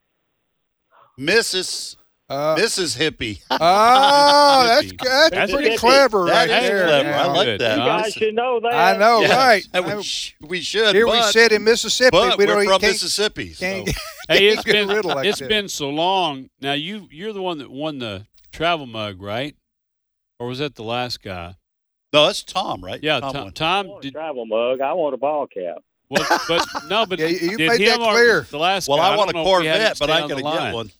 [SPEAKER 5] Mrs. Mrs. Hippie.
[SPEAKER 7] Oh, Uh, that's that's,
[SPEAKER 5] That's
[SPEAKER 7] pretty
[SPEAKER 5] hippie.
[SPEAKER 7] clever
[SPEAKER 5] That
[SPEAKER 7] right
[SPEAKER 5] is
[SPEAKER 7] there.
[SPEAKER 5] clever. I
[SPEAKER 7] now.
[SPEAKER 5] like that.
[SPEAKER 13] You guys should know that.
[SPEAKER 7] I know,
[SPEAKER 5] Yeah.
[SPEAKER 7] right?
[SPEAKER 5] And
[SPEAKER 7] I-
[SPEAKER 5] We, sh- we should.
[SPEAKER 7] Here
[SPEAKER 5] but,
[SPEAKER 7] we sit in Mississippi.
[SPEAKER 5] But
[SPEAKER 7] we
[SPEAKER 5] we're
[SPEAKER 7] don't even
[SPEAKER 5] from
[SPEAKER 7] can't-
[SPEAKER 5] Mississippi. So.
[SPEAKER 7] can't-
[SPEAKER 4] Hey, it's
[SPEAKER 7] Good
[SPEAKER 4] been
[SPEAKER 7] riddle like
[SPEAKER 4] it's
[SPEAKER 7] that.
[SPEAKER 4] been so long. Now you you're the one that won the travel mug, right? Or was that the last guy?
[SPEAKER 5] No, that's Tom, right?
[SPEAKER 4] Yeah,
[SPEAKER 5] Tom
[SPEAKER 4] Tom.
[SPEAKER 5] won.
[SPEAKER 4] Tom,
[SPEAKER 13] I want a
[SPEAKER 4] did,
[SPEAKER 13] travel mug. I want a ball cap.
[SPEAKER 4] well, but no,
[SPEAKER 5] (laughs)
[SPEAKER 4] but
[SPEAKER 7] Yeah, you- you
[SPEAKER 4] did
[SPEAKER 7] made that
[SPEAKER 4] him or
[SPEAKER 7] clear.
[SPEAKER 4] the last
[SPEAKER 5] Well,
[SPEAKER 4] guy?
[SPEAKER 5] I want a
[SPEAKER 4] don't know if we had him
[SPEAKER 5] Corvette, but
[SPEAKER 4] stay
[SPEAKER 5] I
[SPEAKER 4] on
[SPEAKER 5] gotta
[SPEAKER 4] the
[SPEAKER 5] get
[SPEAKER 4] line.
[SPEAKER 5] one.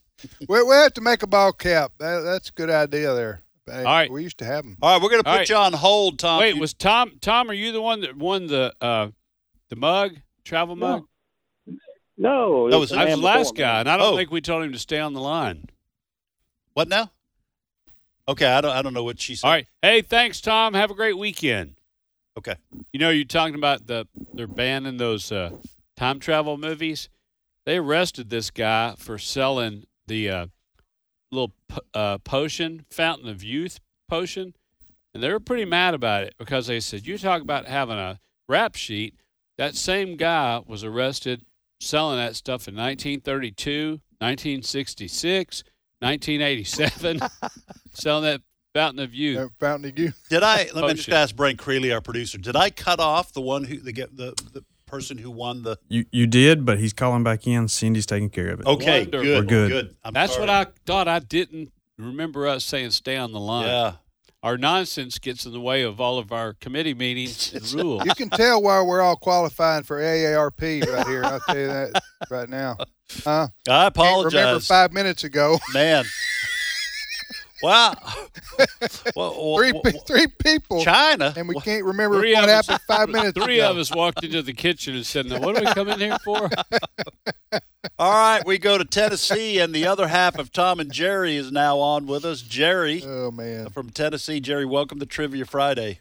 [SPEAKER 7] we, we have to make a ball cap. That, that's a good idea there. Hey,
[SPEAKER 4] right.
[SPEAKER 7] We used to have them.
[SPEAKER 5] All right, we're gonna put
[SPEAKER 4] All right.
[SPEAKER 5] you on hold, Tom.
[SPEAKER 4] Wait,
[SPEAKER 5] You-
[SPEAKER 4] was Tom? Tom, are you the one that won the uh, the mug, travel mug?
[SPEAKER 13] No,
[SPEAKER 5] That
[SPEAKER 13] it
[SPEAKER 5] Oh, was-
[SPEAKER 13] the
[SPEAKER 4] I was
[SPEAKER 13] man
[SPEAKER 4] the
[SPEAKER 13] before
[SPEAKER 4] last
[SPEAKER 13] me.
[SPEAKER 4] guy, and I don't
[SPEAKER 5] Oh.
[SPEAKER 4] think we told him to stay on the line.
[SPEAKER 5] what now? Okay, I don't. I don't know what she said.
[SPEAKER 4] All right. Hey, thanks, Tom. Have a great weekend.
[SPEAKER 5] Okay.
[SPEAKER 4] You know, you're talking about the they're banning those uh, time travel movies. They arrested this guy for selling the uh, little p- uh, potion, Fountain of Youth potion, and they were pretty mad about it because they said you talk about having a rap sheet. That same guy was arrested selling that stuff in 1932, 1966, 1987, selling that Fountain of Youth.
[SPEAKER 7] That Fountain of Youth.
[SPEAKER 5] (laughs) Did I?
[SPEAKER 13] Oh,
[SPEAKER 5] Let me just
[SPEAKER 4] Function.
[SPEAKER 5] ask Brent Creeley, our producer. Did I cut off the one who the get the, the person who won the?
[SPEAKER 14] You you did, but he's calling back in. Cindy's taking care of it.
[SPEAKER 5] Okay,
[SPEAKER 4] Wonderful.
[SPEAKER 5] good,
[SPEAKER 14] We're good.
[SPEAKER 5] I'm
[SPEAKER 4] That's
[SPEAKER 5] sorry.
[SPEAKER 4] what I thought. I didn't remember us saying stay on the line.
[SPEAKER 5] Yeah.
[SPEAKER 4] Our nonsense gets in the way of all of our committee meetings and rules.
[SPEAKER 7] You can tell why we're all qualifying for AARP right here. I'll tell you that right now. Huh? Can't
[SPEAKER 5] I
[SPEAKER 7] remember
[SPEAKER 5] apologize,
[SPEAKER 7] five minutes ago.
[SPEAKER 5] man. wow. (laughs) well,
[SPEAKER 7] Three,
[SPEAKER 5] well,
[SPEAKER 7] pe- three people,
[SPEAKER 5] China.
[SPEAKER 7] and we can't remember
[SPEAKER 4] Three
[SPEAKER 7] what
[SPEAKER 4] of us-
[SPEAKER 7] happened five minutes
[SPEAKER 4] Three
[SPEAKER 7] ago.
[SPEAKER 4] of us walked into the kitchen and said, now, what do we come in here
[SPEAKER 7] (laughs)
[SPEAKER 4] for?
[SPEAKER 5] All right, we go to Tennessee, and the other half of Tom and Jerry is now on with us. Jerry
[SPEAKER 7] Oh man,
[SPEAKER 5] from Tennessee. Jerry, welcome to Trivia Friday.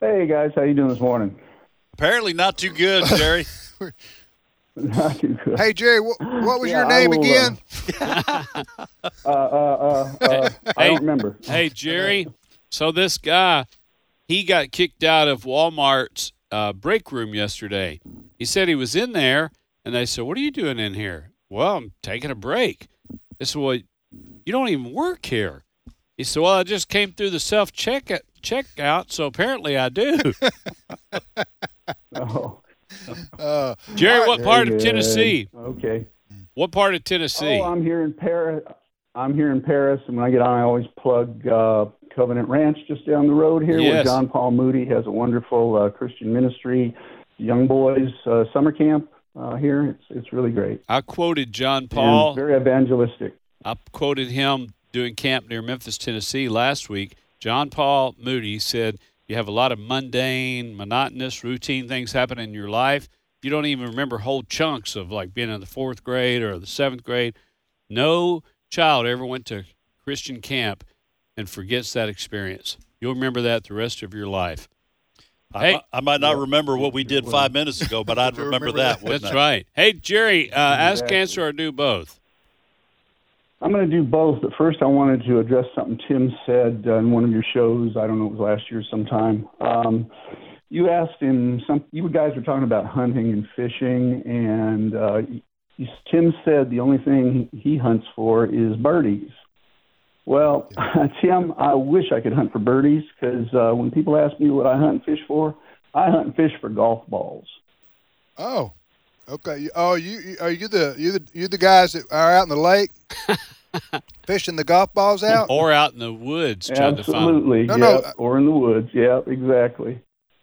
[SPEAKER 8] Hey guys, how you doing this morning?
[SPEAKER 5] Apparently, not too good,
[SPEAKER 7] (laughs)
[SPEAKER 5] Jerry.
[SPEAKER 8] Not too good.
[SPEAKER 7] Hey Jerry, what, what was
[SPEAKER 8] Yeah,
[SPEAKER 7] your
[SPEAKER 8] I
[SPEAKER 7] name
[SPEAKER 8] will, uh,
[SPEAKER 7] again?
[SPEAKER 8] Uh, uh, uh, uh, I
[SPEAKER 4] (laughs) Hey.
[SPEAKER 8] don't remember.
[SPEAKER 4] hey, Jerry. So this guy, he got kicked out of Walmart's uh, break room yesterday. He said he was in there, and they said, what are you doing in here? Well, I'm taking a break. They said, well, you don't even work here. He said, well, I just came through the self checkout, checkout, so apparently
[SPEAKER 8] (laughs)
[SPEAKER 4] I do.
[SPEAKER 8] Oh,
[SPEAKER 7] (laughs) Uh,
[SPEAKER 4] Jerry, what part
[SPEAKER 8] Very
[SPEAKER 4] of
[SPEAKER 8] good.
[SPEAKER 4] Tennessee?
[SPEAKER 8] Okay.
[SPEAKER 4] What part of Tennessee?
[SPEAKER 8] Oh, I'm here in Paris. I'm here in Paris, and when I get on, I always plug uh, Covenant Ranch just down the road here, where
[SPEAKER 4] Yes.
[SPEAKER 8] John Paul Moody has a wonderful uh, Christian ministry, young boys uh, summer camp uh, here. It's it's really great.
[SPEAKER 4] I quoted John
[SPEAKER 8] And
[SPEAKER 4] Paul.
[SPEAKER 8] very evangelistic.
[SPEAKER 4] I quoted him doing camp near Memphis, Tennessee last week. John Paul Moody said, You have a lot of mundane, monotonous, routine things happen in your life. You don't even remember whole chunks of like being in the fourth grade or the seventh grade. No child ever went to Christian camp and forgets that experience. You'll remember that the rest of your life.
[SPEAKER 5] I,
[SPEAKER 4] Hey.
[SPEAKER 5] mi- I might not remember what we did five minutes ago, but I'd
[SPEAKER 7] Do you
[SPEAKER 5] remember
[SPEAKER 7] remember
[SPEAKER 5] that.
[SPEAKER 7] that?
[SPEAKER 5] wouldn't
[SPEAKER 4] That's
[SPEAKER 5] I?
[SPEAKER 4] right. Hey, Jerry, uh, ask
[SPEAKER 8] Exactly.
[SPEAKER 4] answer or do both.
[SPEAKER 8] I'm going to do both, but first I wanted to address something Tim said uh, in one of your shows. I don't know, it was last year sometime. Um, you asked him some. You guys were talking about hunting and fishing, and uh, he, Tim said the only thing he hunts for is birdies. Well, (laughs) Tim, I wish I could hunt for birdies because uh, when people ask me what I hunt and fish for, I hunt and fish for golf balls.
[SPEAKER 7] Oh, okay. You- Oh, you you- are you the you the you the guys that are out in the
[SPEAKER 5] (laughs)
[SPEAKER 7] lake fishing the golf balls out?
[SPEAKER 4] or out in the woods trying to find him.
[SPEAKER 8] Absolutely,
[SPEAKER 7] No,
[SPEAKER 8] yeah,
[SPEAKER 7] no.
[SPEAKER 8] or in the woods, yeah, exactly.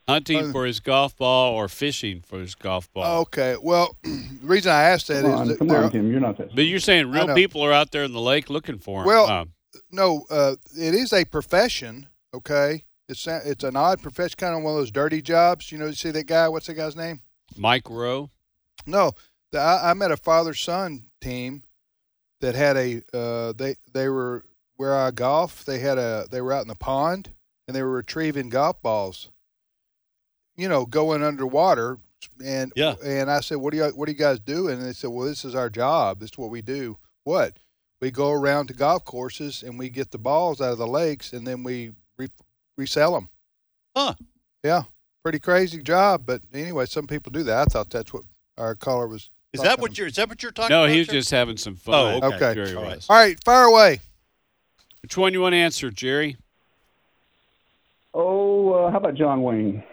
[SPEAKER 5] Uh,
[SPEAKER 4] hunting for his golf ball or fishing for his golf ball.
[SPEAKER 7] Okay. Well, (clears throat) the reason I asked that is
[SPEAKER 8] Come on,
[SPEAKER 7] that
[SPEAKER 8] come
[SPEAKER 7] there,
[SPEAKER 8] on, Tim, you're not that.
[SPEAKER 4] But you're saying
[SPEAKER 7] I
[SPEAKER 4] real
[SPEAKER 7] know.
[SPEAKER 4] people are out there in the lake looking for him.
[SPEAKER 7] Well,
[SPEAKER 4] Um,
[SPEAKER 7] no, uh, it is a profession. Okay, it's a- it's an odd profession, kind of one of those dirty jobs. You know, you see that guy. What's that guy's name?
[SPEAKER 4] Mike Rowe.
[SPEAKER 7] No, the, I, I met a father son team that had a uh, they they were where I golf. They had a they were out in the pond and they were retrieving golf balls. You know, going underwater and yeah. And I said, "What do you what do you guys do?" And they said, "Well, this is our job. This is what we do. What we go around to golf courses and we get the balls out of the lakes and then we re- resell them."
[SPEAKER 5] Huh.
[SPEAKER 7] Yeah. Pretty crazy job, but anyway, some people do that. I thought that's what our caller was.
[SPEAKER 5] Is that what you're? Is that what you're talking
[SPEAKER 4] no,
[SPEAKER 5] about?
[SPEAKER 4] he was
[SPEAKER 5] sir?
[SPEAKER 4] just having some fun.
[SPEAKER 5] Oh, okay.
[SPEAKER 4] Jerry
[SPEAKER 5] All right.
[SPEAKER 4] was.
[SPEAKER 7] All
[SPEAKER 5] (laughs)
[SPEAKER 7] right, fire away.
[SPEAKER 4] Which one you want to answer, Jerry?
[SPEAKER 8] Oh, uh, how about John Wayne?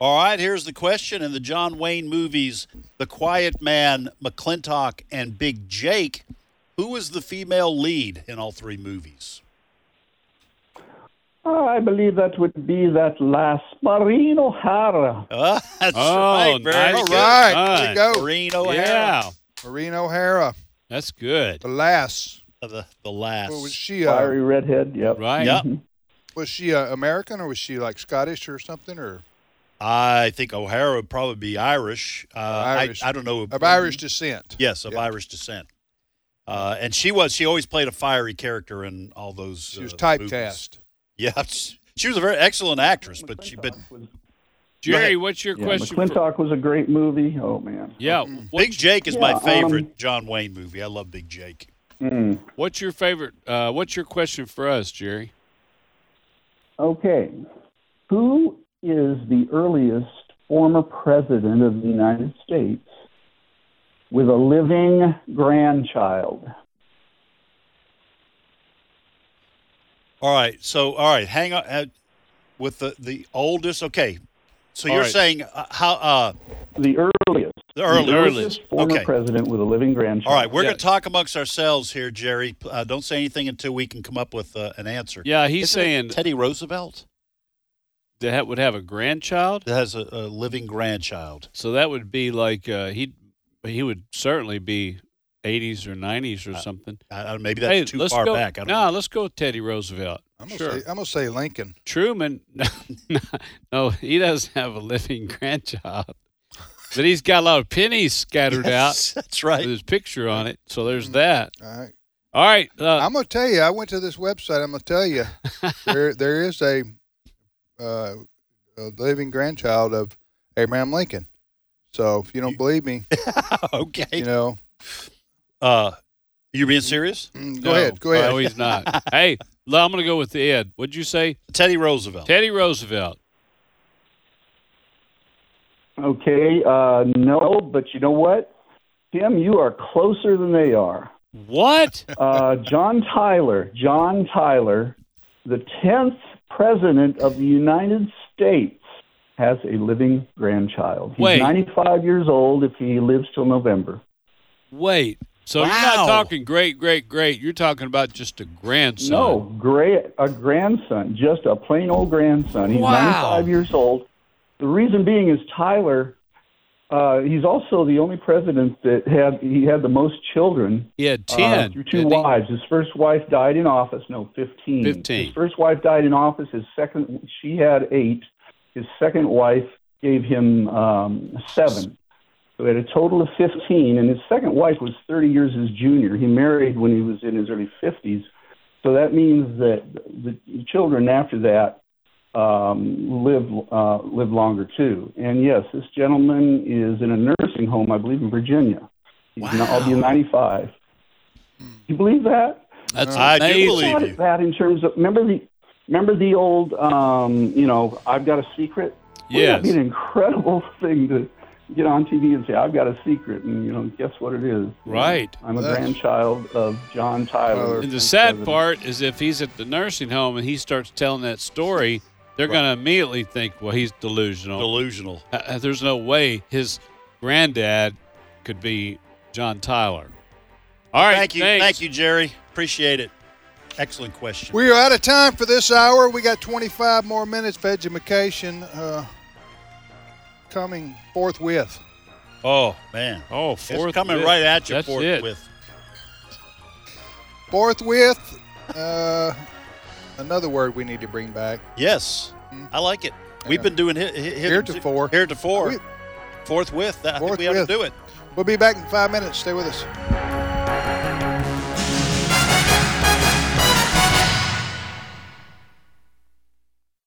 [SPEAKER 5] All right, here's the question. In the John Wayne movies, The Quiet Man, McClintock, and Big Jake, who was the female lead in all three movies?
[SPEAKER 8] Oh, I believe that would be that last Maureen O'Hara.
[SPEAKER 5] Uh, that's
[SPEAKER 4] Oh,
[SPEAKER 5] right.
[SPEAKER 4] nice.
[SPEAKER 5] Very
[SPEAKER 7] All
[SPEAKER 5] good.
[SPEAKER 7] right, there you
[SPEAKER 5] Done.
[SPEAKER 7] go.
[SPEAKER 5] Maureen O'Hara.
[SPEAKER 4] Yeah,
[SPEAKER 7] Maureen O'Hara,
[SPEAKER 4] that's good.
[SPEAKER 7] the lass.
[SPEAKER 5] The, the last.
[SPEAKER 7] Well, was she uh,
[SPEAKER 8] Fiery redhead, yep. Mm-hmm.
[SPEAKER 4] Right.
[SPEAKER 5] Yep.
[SPEAKER 7] was she uh, American or was she like Scottish or something or
[SPEAKER 5] I think O'Hara would probably be Irish. Uh,
[SPEAKER 7] Irish?
[SPEAKER 5] I, I don't know.
[SPEAKER 7] of Irish descent.
[SPEAKER 5] Yes, of Irish descent. Uh, and she was. She always played a fiery character in all those. She
[SPEAKER 7] was typecast.
[SPEAKER 5] Yeah, she was a very excellent actress, but she. But
[SPEAKER 4] Jerry, what's your
[SPEAKER 8] Yeah,
[SPEAKER 4] question? for-
[SPEAKER 8] McClintock was a great movie. Oh, man.
[SPEAKER 4] yeah,
[SPEAKER 5] Big Jake is my
[SPEAKER 8] Yeah, um,
[SPEAKER 5] favorite John Wayne movie. I love Big Jake.
[SPEAKER 8] Mm.
[SPEAKER 4] what's your favorite? Uh, what's your question for us, Jerry?
[SPEAKER 8] Okay. Who is the earliest former president of the United States with a living grandchild?
[SPEAKER 5] All right. So, all right. Hang on. Uh, with the the oldest. Okay. So
[SPEAKER 4] All
[SPEAKER 5] you're
[SPEAKER 4] right.
[SPEAKER 5] saying uh, how uh,
[SPEAKER 8] The earliest.
[SPEAKER 5] the earliest?
[SPEAKER 8] The earliest former
[SPEAKER 5] Okay.
[SPEAKER 8] president with a living grandchild.
[SPEAKER 5] All right. We're going to talk amongst ourselves here, Jerry. Uh, don't say anything until we can come up with uh, an answer.
[SPEAKER 4] Yeah, he's
[SPEAKER 5] Isn't it
[SPEAKER 4] saying-
[SPEAKER 5] Teddy Roosevelt
[SPEAKER 4] That would have a grandchild.
[SPEAKER 5] that has a, a living grandchild.
[SPEAKER 4] So that would be like uh, he he would certainly be 80s or 90s or something.
[SPEAKER 5] Uh, maybe that's
[SPEAKER 4] Hey,
[SPEAKER 5] too
[SPEAKER 4] let's
[SPEAKER 5] far
[SPEAKER 4] go-
[SPEAKER 5] back. I don't
[SPEAKER 4] nah, let's go with Teddy Roosevelt.
[SPEAKER 7] I'm gonna
[SPEAKER 4] sure.
[SPEAKER 7] say I'm gonna say Lincoln.
[SPEAKER 4] Truman, (laughs) no, he doesn't have a living (laughs) grandchild, but he's got a lot of pennies scattered
[SPEAKER 5] Yes,
[SPEAKER 4] out
[SPEAKER 5] That's right.
[SPEAKER 4] with his picture on it. So there's
[SPEAKER 7] Hmm.
[SPEAKER 4] that.
[SPEAKER 7] All right.
[SPEAKER 4] All right, uh,
[SPEAKER 7] I'm gonna tell you. I went to this website. I'm gonna tell
[SPEAKER 4] (laughs)
[SPEAKER 7] you there there is a, uh, a living grandchild of Abraham Lincoln. So if you don't believe me,
[SPEAKER 5] (laughs) okay.
[SPEAKER 7] you know,
[SPEAKER 5] Uh, you being serious?
[SPEAKER 7] mm, go
[SPEAKER 4] no.
[SPEAKER 7] ahead, go ahead.
[SPEAKER 4] No, Oh, he's not.
[SPEAKER 7] (laughs)
[SPEAKER 4] hey, look, I'm going to go with the Ed. What'd you say,
[SPEAKER 5] Teddy Roosevelt.
[SPEAKER 4] Teddy Roosevelt?
[SPEAKER 8] Okay. Uh, no, but you know what? Tim, you are closer than they are.
[SPEAKER 4] What?
[SPEAKER 8] (laughs) Uh, John Tyler, John Tyler, the 10th president of the United States, has a living grandchild. He's
[SPEAKER 4] Wait.
[SPEAKER 8] 95 years old if he lives till November.
[SPEAKER 4] Wait. So you're
[SPEAKER 5] Wow.
[SPEAKER 4] not talking great, great, great. You're talking about just a grandson.
[SPEAKER 8] No, great, a grandson, just a plain old grandson. He's
[SPEAKER 4] Wow.
[SPEAKER 8] 95 years old. The reason being is Tyler. Uh, he's also the only president that had he had the most children
[SPEAKER 4] He had
[SPEAKER 8] uh,
[SPEAKER 4] 10.
[SPEAKER 8] through two
[SPEAKER 4] didn't he?
[SPEAKER 8] wives. His first wife died in office. No, 15.
[SPEAKER 4] 15.
[SPEAKER 8] His first wife died in office. His second, she had eight. His second wife gave him um, seven. So he had a total of 15. And his second wife was 30 years his junior. He married when he was in his early 50s. So that means that the children after that um, live uh, live longer too. And yes, this gentleman is in a nursing home, I believe, in Virginia. He's wow. I'll be 95. Do you believe that?
[SPEAKER 4] That's
[SPEAKER 8] I do
[SPEAKER 4] amazing.
[SPEAKER 8] believe you. That in terms of remember the remember the old um, you know I've got a secret.
[SPEAKER 4] Yes.
[SPEAKER 8] Wouldn't that be an incredible (laughs) thing to get on TV and say I've got a secret, and you know guess what it is?
[SPEAKER 4] Right.
[SPEAKER 8] I'm a
[SPEAKER 4] That's-
[SPEAKER 8] grandchild of John Tyler.
[SPEAKER 4] And the sad part is if he's at the nursing home and he starts telling that story, they're going to immediately think, well, he's delusional.
[SPEAKER 5] Delusional.
[SPEAKER 4] Uh, uh, there's no way his granddad could be John Tyler. All right.
[SPEAKER 5] Thank you. Thank you, Jerry. Appreciate it. Excellent question.
[SPEAKER 7] We are out of time for this hour. We got 25 more minutes. Vegetation uh, coming forthwith.
[SPEAKER 5] Oh, man.
[SPEAKER 4] Oh,
[SPEAKER 5] It's coming right at you
[SPEAKER 7] That's
[SPEAKER 5] forthwith.
[SPEAKER 7] it. Forthwith, uh, another word we need to bring back. Mm-hmm.
[SPEAKER 5] Yes. I like it. We've been doing hit, hit, hit heretofore. Heretofore.
[SPEAKER 7] We-
[SPEAKER 5] forthwith. I think we ought to
[SPEAKER 7] Forthwith.
[SPEAKER 5] do it.
[SPEAKER 7] We'll be back in five minutes. Stay with us.